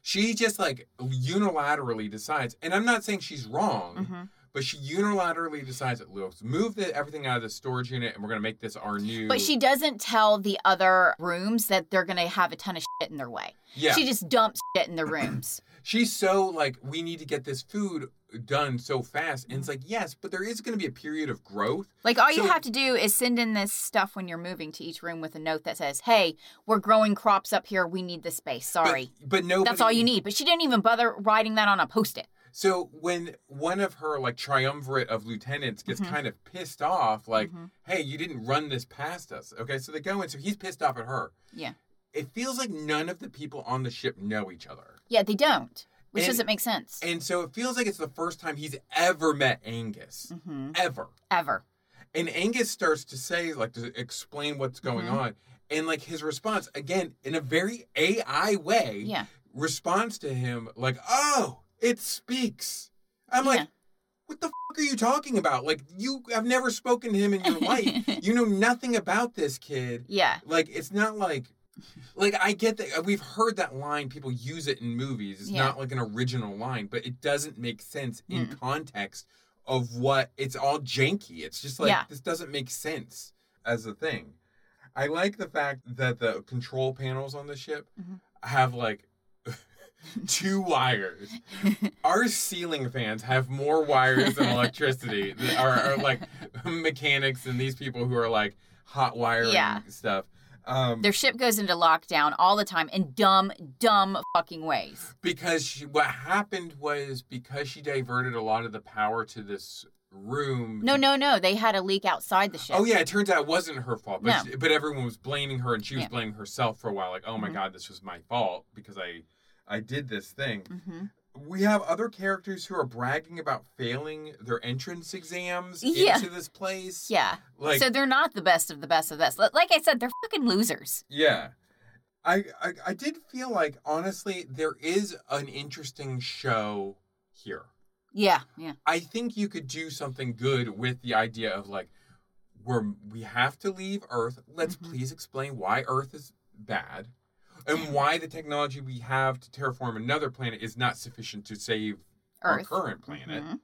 [SPEAKER 3] She just like unilaterally decides, and I'm not saying she's wrong,
[SPEAKER 2] Mhm.
[SPEAKER 3] But she unilaterally decides that let's move the, everything out of the storage unit and we're going to make this our new.
[SPEAKER 2] But she doesn't tell the other rooms that they're going to have a ton of shit in their way.
[SPEAKER 3] yeah,
[SPEAKER 2] She just dumps shit in the rooms.
[SPEAKER 3] she's so like we need to get this food done so fast, and it's
[SPEAKER 2] Mm-hmm.
[SPEAKER 3] like yes, but there is going to be a period of growth.
[SPEAKER 2] Like all you
[SPEAKER 3] So-
[SPEAKER 2] have to do is send in this stuff when you're moving to each room with a note that says, "Hey, we're growing crops up here. We need this space.
[SPEAKER 3] but-
[SPEAKER 2] Sorry."
[SPEAKER 3] but, nobody.
[SPEAKER 2] That's all you need. But she didn't even bother writing that on a post-it.
[SPEAKER 3] So when one of her like triumvirate of lieutenants gets
[SPEAKER 2] Mhm.
[SPEAKER 3] kind of pissed off, like,
[SPEAKER 2] Mhm.
[SPEAKER 3] "Hey, you didn't run this past us." Okay, so they go in. So he's pissed off at her.
[SPEAKER 2] Yeah.
[SPEAKER 3] It feels like none of the people on the ship know each other.
[SPEAKER 2] Yeah, they don't, which
[SPEAKER 3] And-
[SPEAKER 2] doesn't make sense.
[SPEAKER 3] And so it feels like it's the first time he's ever met Angus.
[SPEAKER 2] hmm
[SPEAKER 3] Ever.
[SPEAKER 2] Ever.
[SPEAKER 3] And Angus starts to say, like, to explain what's going
[SPEAKER 2] Mhm.
[SPEAKER 3] on. And, like, his response, again, in a very AI way,
[SPEAKER 2] Yeah.
[SPEAKER 3] responds to him, like, oh, it speaks. I'm
[SPEAKER 2] Yeah.
[SPEAKER 3] like, what the fuck are you talking about? Like, you have never spoken to him in your life. you know nothing about this kid.
[SPEAKER 2] Yeah.
[SPEAKER 3] Like, it's not like. Like I get that we've heard that line people use it in movies. It's
[SPEAKER 2] Yeah.
[SPEAKER 3] not like an original line, but it doesn't make sense in
[SPEAKER 2] Mm.
[SPEAKER 3] context of what it's all janky. It's just like
[SPEAKER 2] Yeah.
[SPEAKER 3] this doesn't make sense as a thing. I like the fact that the control panels on the ship
[SPEAKER 2] Mhm.
[SPEAKER 3] have like two wires. Our ceiling fans have more wires than electricity. that are, are like mechanics and these people who are like hot wiring
[SPEAKER 2] Yeah.
[SPEAKER 3] stuff. Um,
[SPEAKER 2] Their ship goes into lockdown all the time in dumb, dumb fucking ways.
[SPEAKER 3] because she, what happened was because she diverted a lot of the power to this room.
[SPEAKER 2] No, no, no. They had a leak outside the ship.
[SPEAKER 3] Oh yeah, it turns out it wasn't her fault, but
[SPEAKER 2] No.
[SPEAKER 3] she- but everyone was blaming her, and she was
[SPEAKER 2] Yeah.
[SPEAKER 3] blaming herself for a while. Like, oh my
[SPEAKER 2] Mhm.
[SPEAKER 3] god, this was my fault because I I did this thing.
[SPEAKER 2] hmm
[SPEAKER 3] We have other characters who are bragging about failing their entrance exams
[SPEAKER 2] Yeah.
[SPEAKER 3] into this place.
[SPEAKER 2] Yeah.
[SPEAKER 3] like
[SPEAKER 2] so they're not the best of the best of the best. Li- Like I said, they're fucking losers.
[SPEAKER 3] Yeah. I, I I did feel like honestly there is an interesting show here.
[SPEAKER 2] Yeah. Yeah.
[SPEAKER 3] I think you could do something good with the idea of like we're we have to leave Earth. Let's
[SPEAKER 2] Mhm.
[SPEAKER 3] please explain why Earth is bad and why the technology we have to terraform another planet is not sufficient to save our
[SPEAKER 2] Earth.
[SPEAKER 3] current planet.
[SPEAKER 2] Mhm.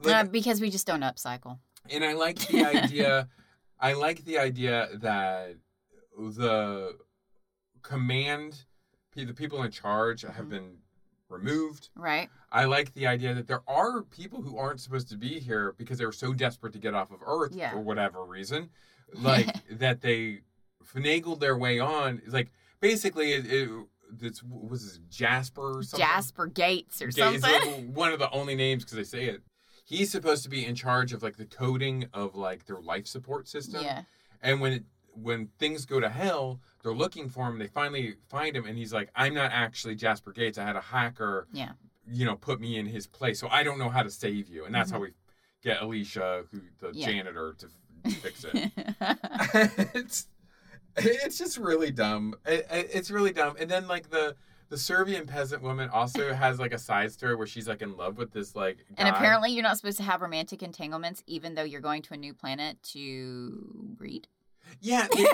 [SPEAKER 3] Like,
[SPEAKER 2] Uh, because we just don't upcycle.
[SPEAKER 3] and I like the idea. I like the idea that the command, pe- the people in charge, have
[SPEAKER 2] Mhm.
[SPEAKER 3] been removed.
[SPEAKER 2] Right.
[SPEAKER 3] I like the idea that there are people who aren't supposed to be here because they were so desperate to get off of Earth
[SPEAKER 2] Yeah.
[SPEAKER 3] for whatever reason, like that they finagled their way on. It's like basically, it, it this was this Jasper or something.
[SPEAKER 2] Jasper Gates or
[SPEAKER 3] Okay, it's
[SPEAKER 2] something.
[SPEAKER 3] like one of the only names because they say it. He's supposed to be in charge of like the coding of like their life support system.
[SPEAKER 2] yeah.
[SPEAKER 3] And when it, when things go to hell, they're looking for him. They finally find him, and he's like, "I'm not actually Jasper Gates. I had a hacker,
[SPEAKER 2] Yeah.
[SPEAKER 3] you know, put me in his place, so I don't know how to save you." And that's how we get Alicia, who the
[SPEAKER 2] Mm-hmm. Yeah.
[SPEAKER 3] janitor, to f- fix it. it's it's just really dumb. It, it- it's really dumb. And then like the the Serbian peasant woman also has like a side story where she's like in love with this like guy.
[SPEAKER 2] and apparently, you're not supposed to have romantic entanglements, even though you're going to a new planet to breed.
[SPEAKER 3] yeah, they,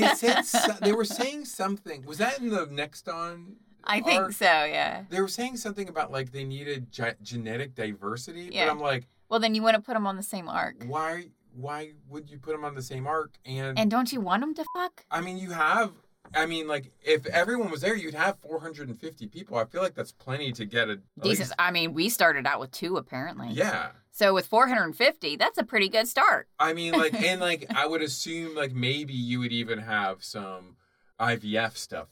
[SPEAKER 3] they said so, they were saying something. Was that in the next on?
[SPEAKER 2] I think
[SPEAKER 3] arc?
[SPEAKER 2] so. Yeah.
[SPEAKER 3] They were saying something about like they needed ge- genetic diversity,
[SPEAKER 2] Yeah.
[SPEAKER 3] but I'm like,
[SPEAKER 2] Well, then you want to put them on the same arc.
[SPEAKER 3] why? Why would you put them on the same arc? And,
[SPEAKER 2] And don't you want them to fuck?
[SPEAKER 3] I mean, you have. I mean, like if everyone was there, you'd have 450 people. I feel like that's plenty to get a at
[SPEAKER 2] Decent. I mean, we started out with two apparently.
[SPEAKER 3] least- yeah.
[SPEAKER 2] So with 450, that's a pretty good start.
[SPEAKER 3] I mean, like, and like, I would assume, like, maybe you would even have some IVF stuff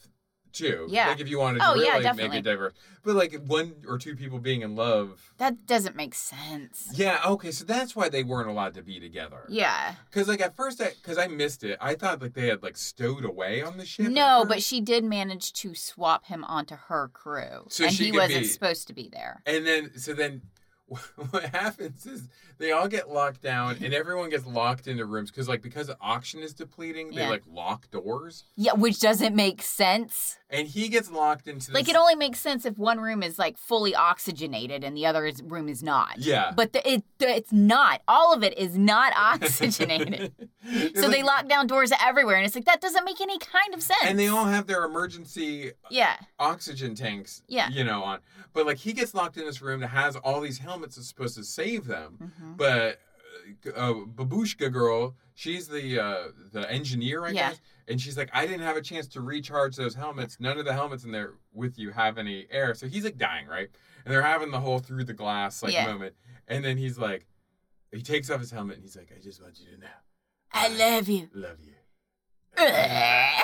[SPEAKER 3] too.
[SPEAKER 2] Yeah.
[SPEAKER 3] Like, if you wanted to
[SPEAKER 2] Oh,
[SPEAKER 3] really
[SPEAKER 2] yeah,
[SPEAKER 3] make
[SPEAKER 2] definitely.
[SPEAKER 3] it diverse. But, like, one or two people being in love.
[SPEAKER 2] That doesn't make sense.
[SPEAKER 3] Yeah, okay, so that's why they weren't allowed to be together.
[SPEAKER 2] Yeah.
[SPEAKER 3] Because, like, at first, because I, missed it, I thought, like, they had, like, stowed away on the ship.
[SPEAKER 2] No,
[SPEAKER 3] at
[SPEAKER 2] but
[SPEAKER 3] first.
[SPEAKER 2] she did manage to swap him onto her crew,
[SPEAKER 3] So
[SPEAKER 2] and
[SPEAKER 3] she
[SPEAKER 2] he
[SPEAKER 3] could
[SPEAKER 2] wasn't
[SPEAKER 3] be-
[SPEAKER 2] supposed to be there.
[SPEAKER 3] And then, so then what happens is they all get locked down and everyone gets locked into rooms because, like, because the auction is depleting, they,
[SPEAKER 2] Yeah.
[SPEAKER 3] like, lock doors.
[SPEAKER 2] Yeah, which doesn't make sense.
[SPEAKER 3] and he gets locked into this,
[SPEAKER 2] Like it only makes sense if one room is like fully oxygenated and the other is, room is not.
[SPEAKER 3] Yeah.
[SPEAKER 2] But the, it the, it's not. All of it is not oxygenated.
[SPEAKER 3] It's
[SPEAKER 2] so they
[SPEAKER 3] like-
[SPEAKER 2] lock down doors everywhere, and it's like that doesn't make any kind of sense.
[SPEAKER 3] and they all have their emergency
[SPEAKER 2] yeah
[SPEAKER 3] oxygen tanks.
[SPEAKER 2] Yeah.
[SPEAKER 3] You know, on but like he gets locked in this room that has all these helmets that's supposed to save them,
[SPEAKER 2] Mhm.
[SPEAKER 3] but uh, Babushka girl, she's the uh, the engineer, I
[SPEAKER 2] Yeah.
[SPEAKER 3] guess, and she's like, I didn't have a chance to recharge those helmets. None of the helmets in there with you have any air, so he's like dying, right? And they're having the whole through the glass like
[SPEAKER 2] Yeah.
[SPEAKER 3] moment, and then he's like, he takes off his helmet and he's like, I just want you to know,
[SPEAKER 2] I love you.
[SPEAKER 3] love you.
[SPEAKER 2] yeah.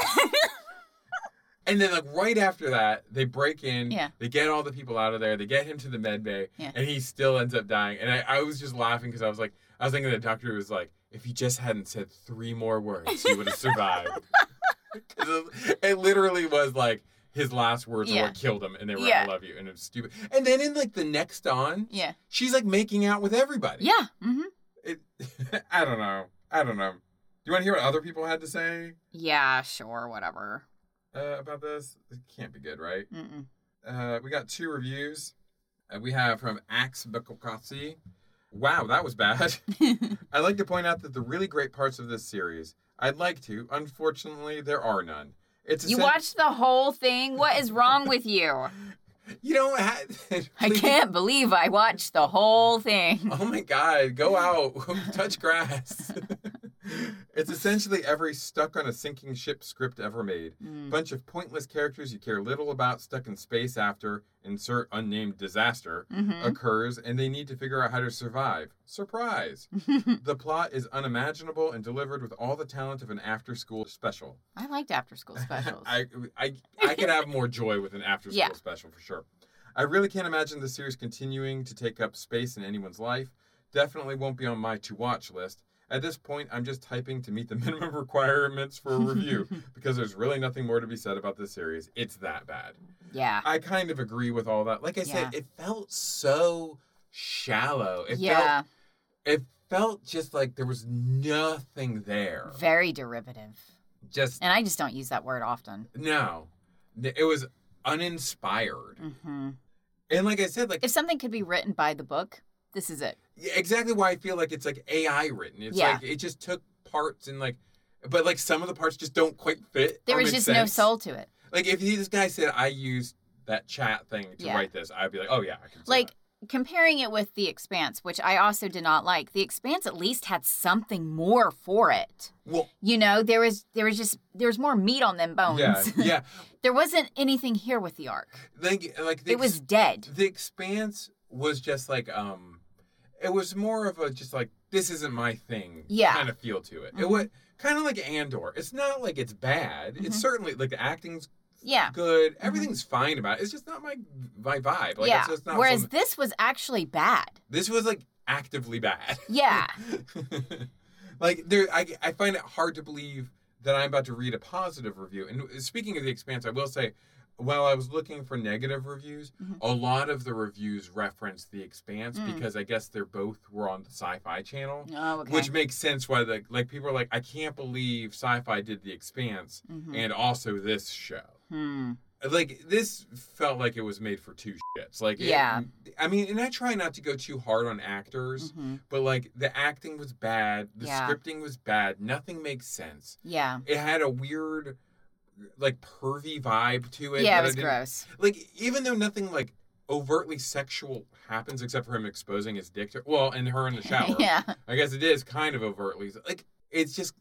[SPEAKER 3] And then, like right after that, they break in.
[SPEAKER 2] Yeah.
[SPEAKER 3] They get all the people out of there. They get him to the med bay,
[SPEAKER 2] Yeah.
[SPEAKER 3] and he still ends up dying. And I, I was just laughing because I was like, I was thinking the doctor was like, if he just hadn't said three more words, he would have survived. 'Cause it, it literally was like his last words
[SPEAKER 2] Yeah.
[SPEAKER 3] were what killed him, and they were
[SPEAKER 2] Yeah.
[SPEAKER 3] "I love you," and it was stupid. And then in like the next on, she's like making out with everybody.
[SPEAKER 2] Yeah. hmm
[SPEAKER 3] It, I don't know. I don't know. Do you want to hear what other people had to say
[SPEAKER 2] Yeah. Sure. Whatever.
[SPEAKER 3] uh, about this? It can't be good, right?
[SPEAKER 2] Mm-mm.
[SPEAKER 3] uh, we got two reviews. Uh, we have from Axe Bakokasi. Wow, that was bad. I'd like to point out that the really great parts of this series. I'd like to. Unfortunately, there are none. It's
[SPEAKER 2] You
[SPEAKER 3] essen-
[SPEAKER 2] watched the whole thing. What is wrong with you?
[SPEAKER 3] You don't have.
[SPEAKER 2] I can't believe I watched the whole thing.
[SPEAKER 3] Oh my God! Go out, touch grass. it's essentially every stuck on a sinking ship script ever made.
[SPEAKER 2] Mm.
[SPEAKER 3] bunch of pointless characters you care little about stuck in space after insert unnamed disaster
[SPEAKER 2] Mhm.
[SPEAKER 3] occurs and they need to figure out how to survive surprise
[SPEAKER 2] Mm-hmm.
[SPEAKER 3] the plot is unimaginable and delivered with all the talent of an after school special
[SPEAKER 2] I liked after school specials.
[SPEAKER 3] I, I i could have more joy with an after school
[SPEAKER 2] Yeah.
[SPEAKER 3] special for sure i really can't imagine the series continuing to take up space in anyone's life definitely won't be on my to watch list at this point, I'm just typing to meet the minimum requirements for a review because there's really nothing more to be said about this series. It's that bad.
[SPEAKER 2] yeah.
[SPEAKER 3] I kind of agree with all that. Like I said, it felt so shallow. It
[SPEAKER 2] yeah.
[SPEAKER 3] felt it felt just like there was nothing there.
[SPEAKER 2] Very derivative.
[SPEAKER 3] Just
[SPEAKER 2] And I just don't use that word often.
[SPEAKER 3] no. It was uninspired.
[SPEAKER 2] hmm
[SPEAKER 3] And like I said, like
[SPEAKER 2] If something could be written by the book, this is it.
[SPEAKER 3] exactly why I feel like it's like AI written. It's
[SPEAKER 2] Yeah.
[SPEAKER 3] like it just took parts and like but like some of the parts just don't quite fit.
[SPEAKER 2] There
[SPEAKER 3] or
[SPEAKER 2] was
[SPEAKER 3] make
[SPEAKER 2] just no
[SPEAKER 3] sense.
[SPEAKER 2] soul to it.
[SPEAKER 3] Like if he- this guy said I used that chat thing to
[SPEAKER 2] Yeah.
[SPEAKER 3] write this, I'd be like, oh yeah, I can. see
[SPEAKER 2] Like comparing it with The Expanse, which I also did not like, The Expanse at least had something more for it.
[SPEAKER 3] that. well,
[SPEAKER 2] You know, there was there was just there was more meat on them bones.
[SPEAKER 3] yeah, yeah.
[SPEAKER 2] there wasn't anything here with the arc.
[SPEAKER 3] Like like the
[SPEAKER 2] It was dead.
[SPEAKER 3] the expanse was just like um it was more of a just like this isn't my thing
[SPEAKER 2] Yeah. Mm-hmm.
[SPEAKER 3] kind of feel to it it was kind of like andor it's not like it's bad
[SPEAKER 2] Mhm.
[SPEAKER 3] it's certainly like the acting's
[SPEAKER 2] Yeah.
[SPEAKER 3] good everything's fine about it it's just not my my vibe like
[SPEAKER 2] Mm-hmm. yeah.
[SPEAKER 3] it's just not
[SPEAKER 2] Whereas
[SPEAKER 3] something-
[SPEAKER 2] this was actually bad.
[SPEAKER 3] this was like actively bad
[SPEAKER 2] Yeah.
[SPEAKER 3] like there I, I find it hard to believe that i'm about to read a positive review and speaking of the expanse i will say while i was looking for negative reviews
[SPEAKER 2] Mhm.
[SPEAKER 3] a lot of the reviews reference the expanse
[SPEAKER 2] Mm.
[SPEAKER 3] because i guess they're both were on the sci-fi channel
[SPEAKER 2] Oh, okay.
[SPEAKER 3] which makes sense why the like people are like i can't believe sci-fi did the expanse
[SPEAKER 2] Mhm.
[SPEAKER 3] and also this show
[SPEAKER 2] Hmm.
[SPEAKER 3] like this felt like it was made for two shits like it-
[SPEAKER 2] Yeah.
[SPEAKER 3] i mean and i try not to go too hard on actors
[SPEAKER 2] Mhm.
[SPEAKER 3] but like the acting was bad, the
[SPEAKER 2] Yeah.
[SPEAKER 3] scripting was bad, nothing makes sense.
[SPEAKER 2] Yeah.
[SPEAKER 3] It had a weird, like pervy vibe to it.
[SPEAKER 2] yeah,
[SPEAKER 3] that
[SPEAKER 2] it
[SPEAKER 3] I
[SPEAKER 2] was
[SPEAKER 3] didn't-
[SPEAKER 2] gross.
[SPEAKER 3] Like even though nothing like overtly sexual happens except for him exposing his dick to well, and her in the shower.
[SPEAKER 2] yeah.
[SPEAKER 3] I guess it is kind of overtly like it's just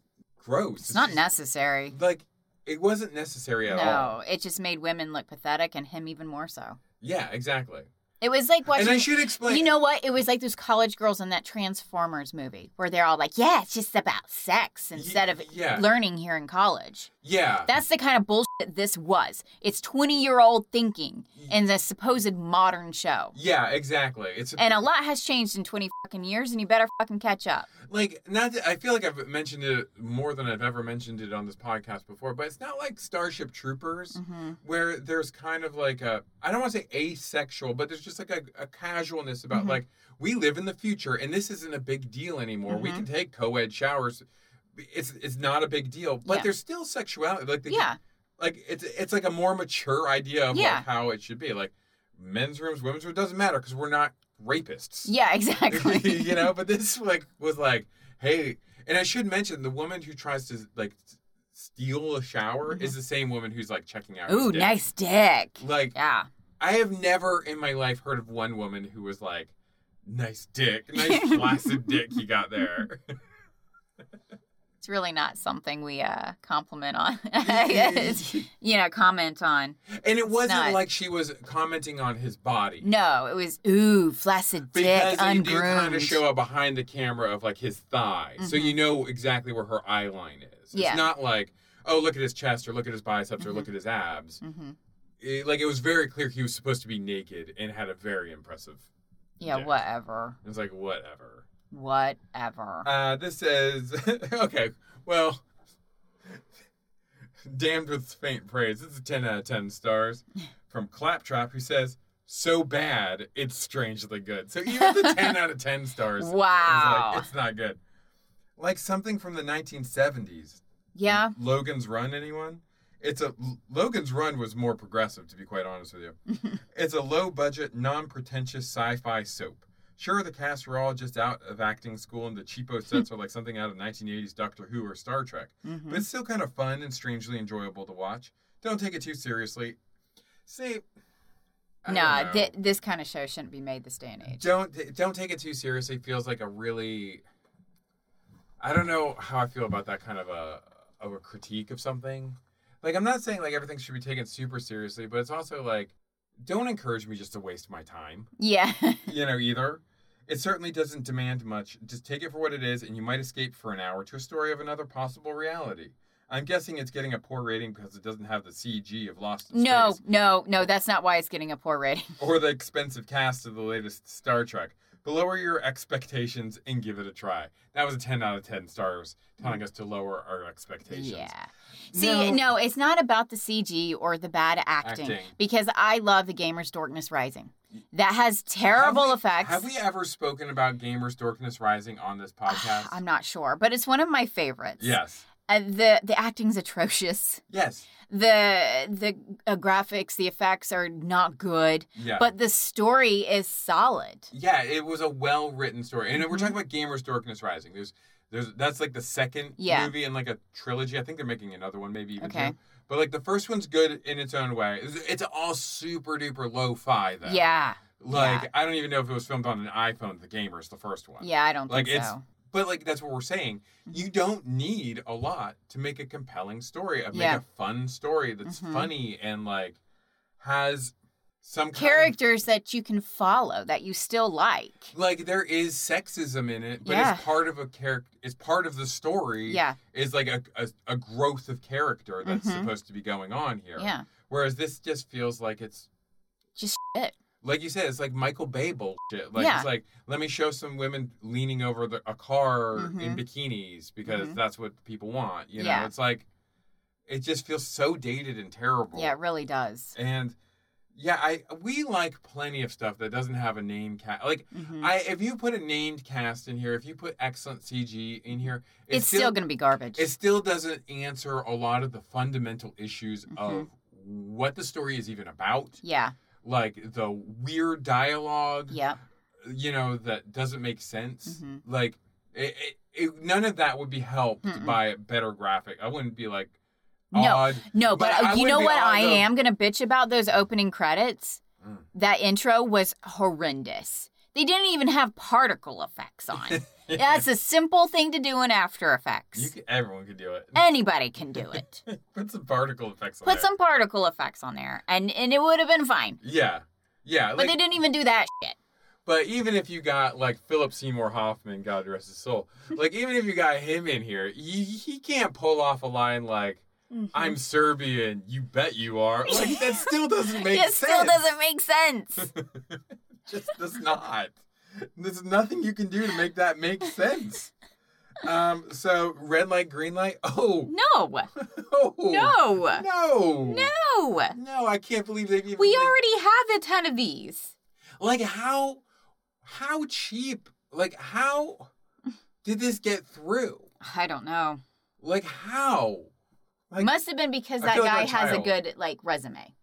[SPEAKER 3] gross.
[SPEAKER 2] It's not
[SPEAKER 3] just-
[SPEAKER 2] necessary.
[SPEAKER 3] Like it wasn't necessary at all.
[SPEAKER 2] No, it just made women look pathetic and him even more so.
[SPEAKER 3] Yeah, exactly.
[SPEAKER 2] It was like watching
[SPEAKER 3] and I should explain.
[SPEAKER 2] you know what? It was like those college girls in that Transformers movie where they're all like, yeah, it's just about sex
[SPEAKER 3] Y-
[SPEAKER 2] instead of
[SPEAKER 3] yeah.
[SPEAKER 2] learning here in college.
[SPEAKER 3] yeah,
[SPEAKER 2] That's the kind of bullshit this was. It's 20 year old thinking in the supposed modern show.
[SPEAKER 3] yeah, exactly. It's
[SPEAKER 2] And a lot has changed in 20 fucking years and you better fucking catch up.
[SPEAKER 3] like not that, i feel like i've mentioned it more than i've ever mentioned it on this podcast before but it's not like starship troopers
[SPEAKER 2] Mm-hmm.
[SPEAKER 3] where there's kind of like a i don't want to say asexual but there's just like a, a casualness about
[SPEAKER 2] Mhm.
[SPEAKER 3] like we live in the future and this isn't a big deal anymore we
[SPEAKER 2] Mhm.
[SPEAKER 3] can take co-ed showers it's it's not a big deal but
[SPEAKER 2] Yeah.
[SPEAKER 3] there's still sexuality like they
[SPEAKER 2] Yeah.
[SPEAKER 3] like it's it's like a more mature idea of
[SPEAKER 2] Yeah.
[SPEAKER 3] like how it should be. Like men's rooms, women's rooms doesn't matter because we're not rapists.
[SPEAKER 2] Yeah, exactly.
[SPEAKER 3] you know, but this like was like, hey, and I should mention the woman who tries to like s- steal a shower is the same woman who's like checking out. his
[SPEAKER 2] Mm-hmm. Ooh,
[SPEAKER 3] dick.
[SPEAKER 2] nice dick.
[SPEAKER 3] Like
[SPEAKER 2] Yeah.
[SPEAKER 3] I have never in my life heard of one woman who was like, nice dick, nice flaccid dick you got there.
[SPEAKER 2] It's really not something we uh compliment on. It's- you know, comment on.
[SPEAKER 3] And it wasn't
[SPEAKER 2] not-
[SPEAKER 3] like she was commenting on his body.
[SPEAKER 2] No, it was ooh, flaccid
[SPEAKER 3] Because
[SPEAKER 2] dick,
[SPEAKER 3] you do kind of
[SPEAKER 2] ungroomed.
[SPEAKER 3] show a behind the camera of like his thigh. So
[SPEAKER 2] Mhm.
[SPEAKER 3] you know exactly where her eye line is.
[SPEAKER 2] Yeah. Mm-hmm.
[SPEAKER 3] It's not like, oh, look at his chest or look at his biceps or look at his abs.
[SPEAKER 2] hmm
[SPEAKER 3] It- like it was very clear he was supposed to be naked and had a very impressive.
[SPEAKER 2] Yeah,
[SPEAKER 3] Yeah.
[SPEAKER 2] whatever,
[SPEAKER 3] It was like, whatever.
[SPEAKER 2] whatever.
[SPEAKER 3] Uh, this says, okay, well, damned with faint praise. This is 10 out of 10 stars from Claptrap, who says, so bad, it's strangely good. So even the 10 out of 10 stars, is like,
[SPEAKER 2] Wow.
[SPEAKER 3] it's not good. Like something from the 1970s.
[SPEAKER 2] yeah,
[SPEAKER 3] Logan's Run, anyone? It's a Logan's Run was more progressive, to be quite honest with you. it's a low budget, non pretentious sci fi soap. Sure, the cast were all just out of acting school, and the cheapo sets are like something out of 1980s Doctor Who or Star Trek,
[SPEAKER 2] Mhm.
[SPEAKER 3] but it's still kind of fun and strangely enjoyable to watch. Don't take it too seriously. See, I don't
[SPEAKER 2] nah,
[SPEAKER 3] know.
[SPEAKER 2] th- this kind of show shouldn't be made this day and age.
[SPEAKER 3] don't don't take it too seriously. Feels like a really, I don't know how I feel about that kind of a of a critique of something. Like I'm not saying like everything should be taken super seriously, but it's also like don't encourage me just to waste my time.
[SPEAKER 2] Yeah,
[SPEAKER 3] You know either. It certainly doesn't demand much. Just take it for what it is, and you might escape for an hour to a story of another possible reality. I'm guessing it's getting a poor rating because it doesn't have the CG of Lost in
[SPEAKER 2] no,
[SPEAKER 3] Space
[SPEAKER 2] no, no. That's not why it's getting a poor rating.
[SPEAKER 3] or the expensive cast of the latest Star Trek, but lower your expectations and give it a try. That was a 10 out of 10 stars telling us to lower our expectations.
[SPEAKER 2] Yeah. See, no. it's not about the CG or the bad acting,
[SPEAKER 3] Acting.
[SPEAKER 2] because I love the Gamers Dorkness Rising. That has terrible
[SPEAKER 3] Have we-
[SPEAKER 2] effects.
[SPEAKER 3] Have we ever spoken about Gamers Dorkness Rising on this podcast?
[SPEAKER 2] Ah, I'm not sure, but it's one of my favorites.
[SPEAKER 3] yes.
[SPEAKER 2] Uh, the the acting's atrocious.
[SPEAKER 3] Yes.
[SPEAKER 2] The the uh, graphics, the effects are not good,
[SPEAKER 3] Yeah.
[SPEAKER 2] but the story is solid.
[SPEAKER 3] yeah, it was a well written story. And we're
[SPEAKER 2] Mm-hmm.
[SPEAKER 3] talking about Gamers Dorkness Rising. There's there's that's like the second
[SPEAKER 2] Yeah.
[SPEAKER 3] movie in like a trilogy. I think they're making another one, maybe even
[SPEAKER 2] Okay.
[SPEAKER 3] two. But like the first one's good in its own way. It's, it's all super duper lo fi though.
[SPEAKER 2] Yeah.
[SPEAKER 3] Like
[SPEAKER 2] Yeah.
[SPEAKER 3] I don't even know if it was filmed on an iPhone. The gamers, the first one.
[SPEAKER 2] Yeah, Mm-hmm. I don't
[SPEAKER 3] Like
[SPEAKER 2] think
[SPEAKER 3] it's.
[SPEAKER 2] so.
[SPEAKER 3] But like that's what we're saying. You don't need a lot to make a compelling story. Of
[SPEAKER 2] Yeah.
[SPEAKER 3] Make a fun story that's
[SPEAKER 2] Mhm.
[SPEAKER 3] funny and like has some kind of-
[SPEAKER 2] Characters that you can follow that you still like.
[SPEAKER 3] like there is sexism in it, but
[SPEAKER 2] Yeah.
[SPEAKER 3] it's part of a character. It's part of the story.
[SPEAKER 2] Yeah.
[SPEAKER 3] Is like a, a, a growth of character that's
[SPEAKER 2] Mhm.
[SPEAKER 3] supposed to be going on here.
[SPEAKER 2] Yeah.
[SPEAKER 3] Whereas this just feels like it's
[SPEAKER 2] Just shit.
[SPEAKER 3] like you said, it's like Michael Bay bullshit. Like
[SPEAKER 2] Yeah.
[SPEAKER 3] it's like let me show some women leaning over the, a car
[SPEAKER 2] Mhm.
[SPEAKER 3] in bikinis because
[SPEAKER 2] Mhm.
[SPEAKER 3] that's what people want. You know,
[SPEAKER 2] Yeah.
[SPEAKER 3] it's like it just feels so dated and terrible.
[SPEAKER 2] Yeah, it really does.
[SPEAKER 3] and yeah, I we like plenty of stuff that doesn't have a name cast. Like
[SPEAKER 2] Mhm.
[SPEAKER 3] I, if you put a named cast in here, if you put excellent CG in here, it
[SPEAKER 2] it's still, going to be garbage.
[SPEAKER 3] it still doesn't answer a lot of the fundamental issues
[SPEAKER 2] Mm-hmm.
[SPEAKER 3] of what the story is even about
[SPEAKER 2] yeah.
[SPEAKER 3] like the weird dialogue
[SPEAKER 2] Yeah.
[SPEAKER 3] you know that doesn't make sense
[SPEAKER 2] Mhm.
[SPEAKER 3] like it, it, it, none of that would be helped
[SPEAKER 2] Mm-mm.
[SPEAKER 3] by better graphic i wouldn't be like
[SPEAKER 2] No.
[SPEAKER 3] odd
[SPEAKER 2] No, but,
[SPEAKER 3] But
[SPEAKER 2] uh,
[SPEAKER 3] I
[SPEAKER 2] you
[SPEAKER 3] would
[SPEAKER 2] know
[SPEAKER 3] be
[SPEAKER 2] what
[SPEAKER 3] all
[SPEAKER 2] I
[SPEAKER 3] the-
[SPEAKER 2] am going to bitch about those opening credits?
[SPEAKER 3] Mm.
[SPEAKER 2] That intro was horrendous. They didn't even have particle effects on. That's a simple thing to do in After Effects.
[SPEAKER 3] you could, everyone could do it
[SPEAKER 2] Anybody can do it.
[SPEAKER 3] put some particle effects on
[SPEAKER 2] Put
[SPEAKER 3] there.
[SPEAKER 2] some particle effects on there and and it would have been fine.
[SPEAKER 3] yeah yeah
[SPEAKER 2] But
[SPEAKER 3] like,
[SPEAKER 2] they didn't even do that shit.
[SPEAKER 3] but even if you got like philip seymour hoffman god rest his soul like even if you got him in here he, he can't pull off a line like
[SPEAKER 2] Mm-hmm.
[SPEAKER 3] i'm serbian you bet you are like that still doesn't make
[SPEAKER 2] it
[SPEAKER 3] sense
[SPEAKER 2] still doesn't make sense.
[SPEAKER 3] just does not. There's nothing you can do to make that make sense. Um, so red light, green light. Oh,
[SPEAKER 2] no.
[SPEAKER 3] no,
[SPEAKER 2] No.
[SPEAKER 3] no,
[SPEAKER 2] No.
[SPEAKER 3] No, I can't believe they've even.
[SPEAKER 2] We
[SPEAKER 3] like-
[SPEAKER 2] already have a ton of these.
[SPEAKER 3] like how, how cheap? Like how did this get through?
[SPEAKER 2] I don't know.
[SPEAKER 3] Like how? Like,
[SPEAKER 2] Must have been because
[SPEAKER 3] I
[SPEAKER 2] that
[SPEAKER 3] feel
[SPEAKER 2] guy
[SPEAKER 3] like I'm a
[SPEAKER 2] has a
[SPEAKER 3] child.
[SPEAKER 2] good like resume.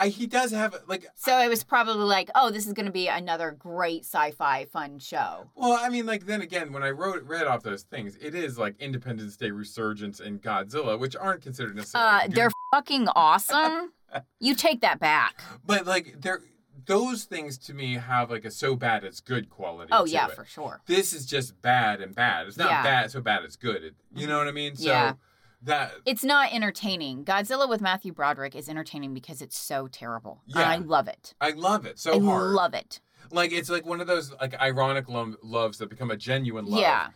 [SPEAKER 3] I, he does have like.
[SPEAKER 2] So it was probably like, oh, this is going to be another great sci-fi fun show.
[SPEAKER 3] Well, I mean, like then again, when I wrote read off those things, it is like Independence Day Resurgence and Godzilla, which aren't considered necessarily.
[SPEAKER 2] Uh,
[SPEAKER 3] good
[SPEAKER 2] they're fucking awesome. You take that back.
[SPEAKER 3] But like there those things to me have like a so bad it's good quality.
[SPEAKER 2] Oh
[SPEAKER 3] to
[SPEAKER 2] yeah,
[SPEAKER 3] it.
[SPEAKER 2] for sure.
[SPEAKER 3] this is just bad and bad. It's not
[SPEAKER 2] Yeah. Mm-hmm.
[SPEAKER 3] bad so bad it's good. It, you know what I mean? So
[SPEAKER 2] Yeah.
[SPEAKER 3] that
[SPEAKER 2] It's not entertaining. Godzilla with Matthew Broderick is entertaining because it's so terrible. And
[SPEAKER 3] Yeah.
[SPEAKER 2] I love it.
[SPEAKER 3] I love it so
[SPEAKER 2] I
[SPEAKER 3] hard.
[SPEAKER 2] love it.
[SPEAKER 3] like it's like one of those like ironic lo- loves that become a genuine love.
[SPEAKER 2] Yeah.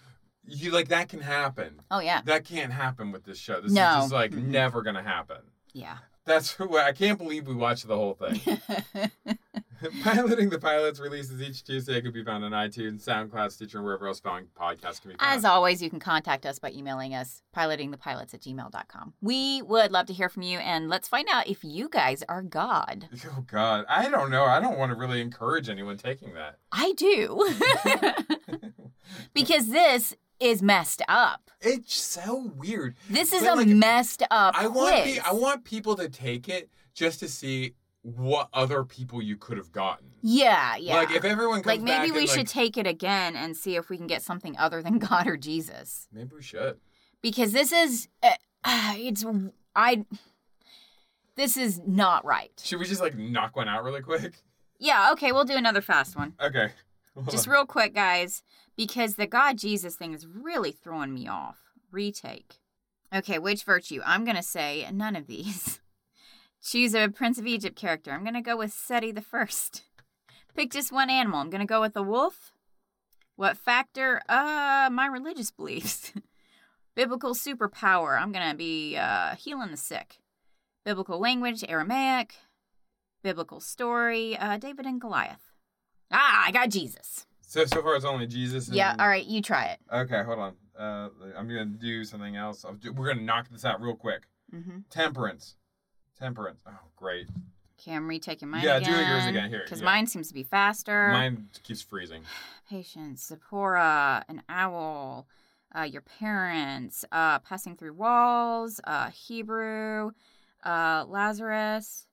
[SPEAKER 3] You like that can happen.
[SPEAKER 2] Oh yeah.
[SPEAKER 3] That can't happen with this show. This
[SPEAKER 2] No.
[SPEAKER 3] is just like never gonna happen.
[SPEAKER 2] Yeah.
[SPEAKER 3] That's why I can't believe we watched the whole thing. Piloting the Pilots releases each Tuesday It can be found on iTunes, SoundCloud, Stitcher, and wherever else found podcasts can be found.
[SPEAKER 2] As always, you can contact us by emailing us pilotingthepilots at gmail.com. We would love to hear from you and let's find out if you guys are God.
[SPEAKER 3] Oh God, I don't know. I don't want to really encourage anyone taking that.
[SPEAKER 2] I do. because this is messed up.
[SPEAKER 3] It's so weird.
[SPEAKER 2] This is
[SPEAKER 3] But,
[SPEAKER 2] a
[SPEAKER 3] like,
[SPEAKER 2] messed up
[SPEAKER 3] I want
[SPEAKER 2] quiz.
[SPEAKER 3] pe- I want people to take it just to see what other people you could have gotten.
[SPEAKER 2] yeah, yeah.
[SPEAKER 3] Like if everyone comes
[SPEAKER 2] Like, maybe
[SPEAKER 3] back
[SPEAKER 2] we
[SPEAKER 3] and,
[SPEAKER 2] should
[SPEAKER 3] like,
[SPEAKER 2] take it again and see if we can get something other than God or Jesus.
[SPEAKER 3] maybe we should.
[SPEAKER 2] Because this is uh, uh, it's I this is not right.
[SPEAKER 3] Should we just like knock one out really quick?
[SPEAKER 2] Yeah, okay, we'll do another fast one.
[SPEAKER 3] Okay.
[SPEAKER 2] Just real quick, guys, because the God Jesus thing is really throwing me off. Retake. Okay, which virtue? I'm going to say none of these. Choose a Prince of Egypt character. I'm going to go with Seti the First. Pick just one animal. I'm going to go with a wolf. What factor? Uh, my religious beliefs. Biblical superpower. I'm going to be uh, healing the sick. Biblical language, Aramaic. Biblical story, uh, David and Goliath. Ah, I got Jesus.
[SPEAKER 3] so so far it's only Jesus. And,
[SPEAKER 2] Yeah, all right, you try it.
[SPEAKER 3] Okay, hold on. Uh, I'm gonna do something else. I'll do, we're gonna knock this out real quick.
[SPEAKER 2] Mm-hmm.
[SPEAKER 3] Temperance. Temperance. Oh, great.
[SPEAKER 2] Okay, I'm retaking mine
[SPEAKER 3] Yeah, do
[SPEAKER 2] again.
[SPEAKER 3] yours again, here,
[SPEAKER 2] Because
[SPEAKER 3] yeah.
[SPEAKER 2] mine seems to be faster.
[SPEAKER 3] Mine keeps freezing.
[SPEAKER 2] Patience, Zipporah, an owl, uh, your parents, uh, passing through walls, uh, Hebrew, uh, Lazarus.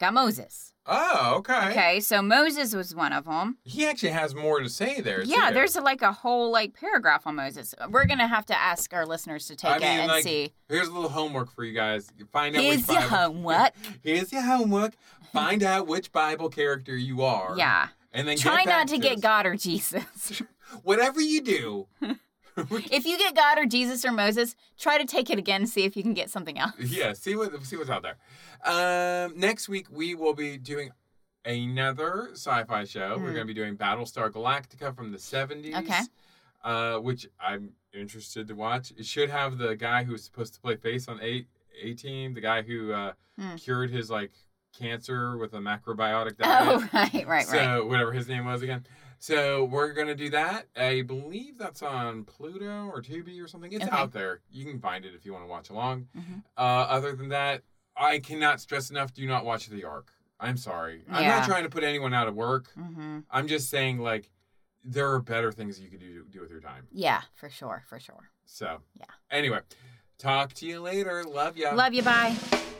[SPEAKER 2] Got Moses.
[SPEAKER 3] Oh, okay.
[SPEAKER 2] Okay, so Moses was one of them.
[SPEAKER 3] He actually has more to say there.
[SPEAKER 2] yeah,
[SPEAKER 3] too.
[SPEAKER 2] there's like a whole like paragraph on Moses. We're gonna have to ask our listeners to take
[SPEAKER 3] I
[SPEAKER 2] it
[SPEAKER 3] mean,
[SPEAKER 2] and
[SPEAKER 3] like,
[SPEAKER 2] see.
[SPEAKER 3] Here's a little homework for you guys. Find out
[SPEAKER 2] Here's
[SPEAKER 3] which
[SPEAKER 2] your
[SPEAKER 3] Bible.
[SPEAKER 2] homework.
[SPEAKER 3] Here's your homework. Find out which Bible character you are.
[SPEAKER 2] Yeah.
[SPEAKER 3] And then
[SPEAKER 2] Try
[SPEAKER 3] get back
[SPEAKER 2] not to get
[SPEAKER 3] us.
[SPEAKER 2] God or Jesus.
[SPEAKER 3] Whatever you do.
[SPEAKER 2] If you get God or Jesus or Moses, try to take it again and see if you can get something else.
[SPEAKER 3] Yeah. See what see what's out there. Um, next week we will be doing another sci-fi show. We're
[SPEAKER 2] Hmm.
[SPEAKER 3] going to be doing Battlestar Galactica from the 70s.
[SPEAKER 2] Okay.
[SPEAKER 3] Uh, which I'm interested to watch. It should have the guy who was supposed to play Face on A A team, the guy who uh,
[SPEAKER 2] Hmm.
[SPEAKER 3] cured his like cancer with a macrobiotic diet.
[SPEAKER 2] Oh, right, right,
[SPEAKER 3] so
[SPEAKER 2] right.
[SPEAKER 3] whatever his name was again. So we're gonna do that. I believe that's on Pluto or Tubi or something. It's
[SPEAKER 2] Okay.
[SPEAKER 3] out there. You can find it if you want to watch along.
[SPEAKER 2] Mhm.
[SPEAKER 3] Uh, other than that, I cannot stress enough: do not watch the Ark. I'm sorry. I'm
[SPEAKER 2] Yeah.
[SPEAKER 3] not trying to put anyone out of work.
[SPEAKER 2] hmm
[SPEAKER 3] I'm just saying like there are better things you could do do with your time.
[SPEAKER 2] Yeah, for sure, for sure.
[SPEAKER 3] So
[SPEAKER 2] Yeah.
[SPEAKER 3] Anyway, talk to you later. Love ya.
[SPEAKER 2] Love you. Bye.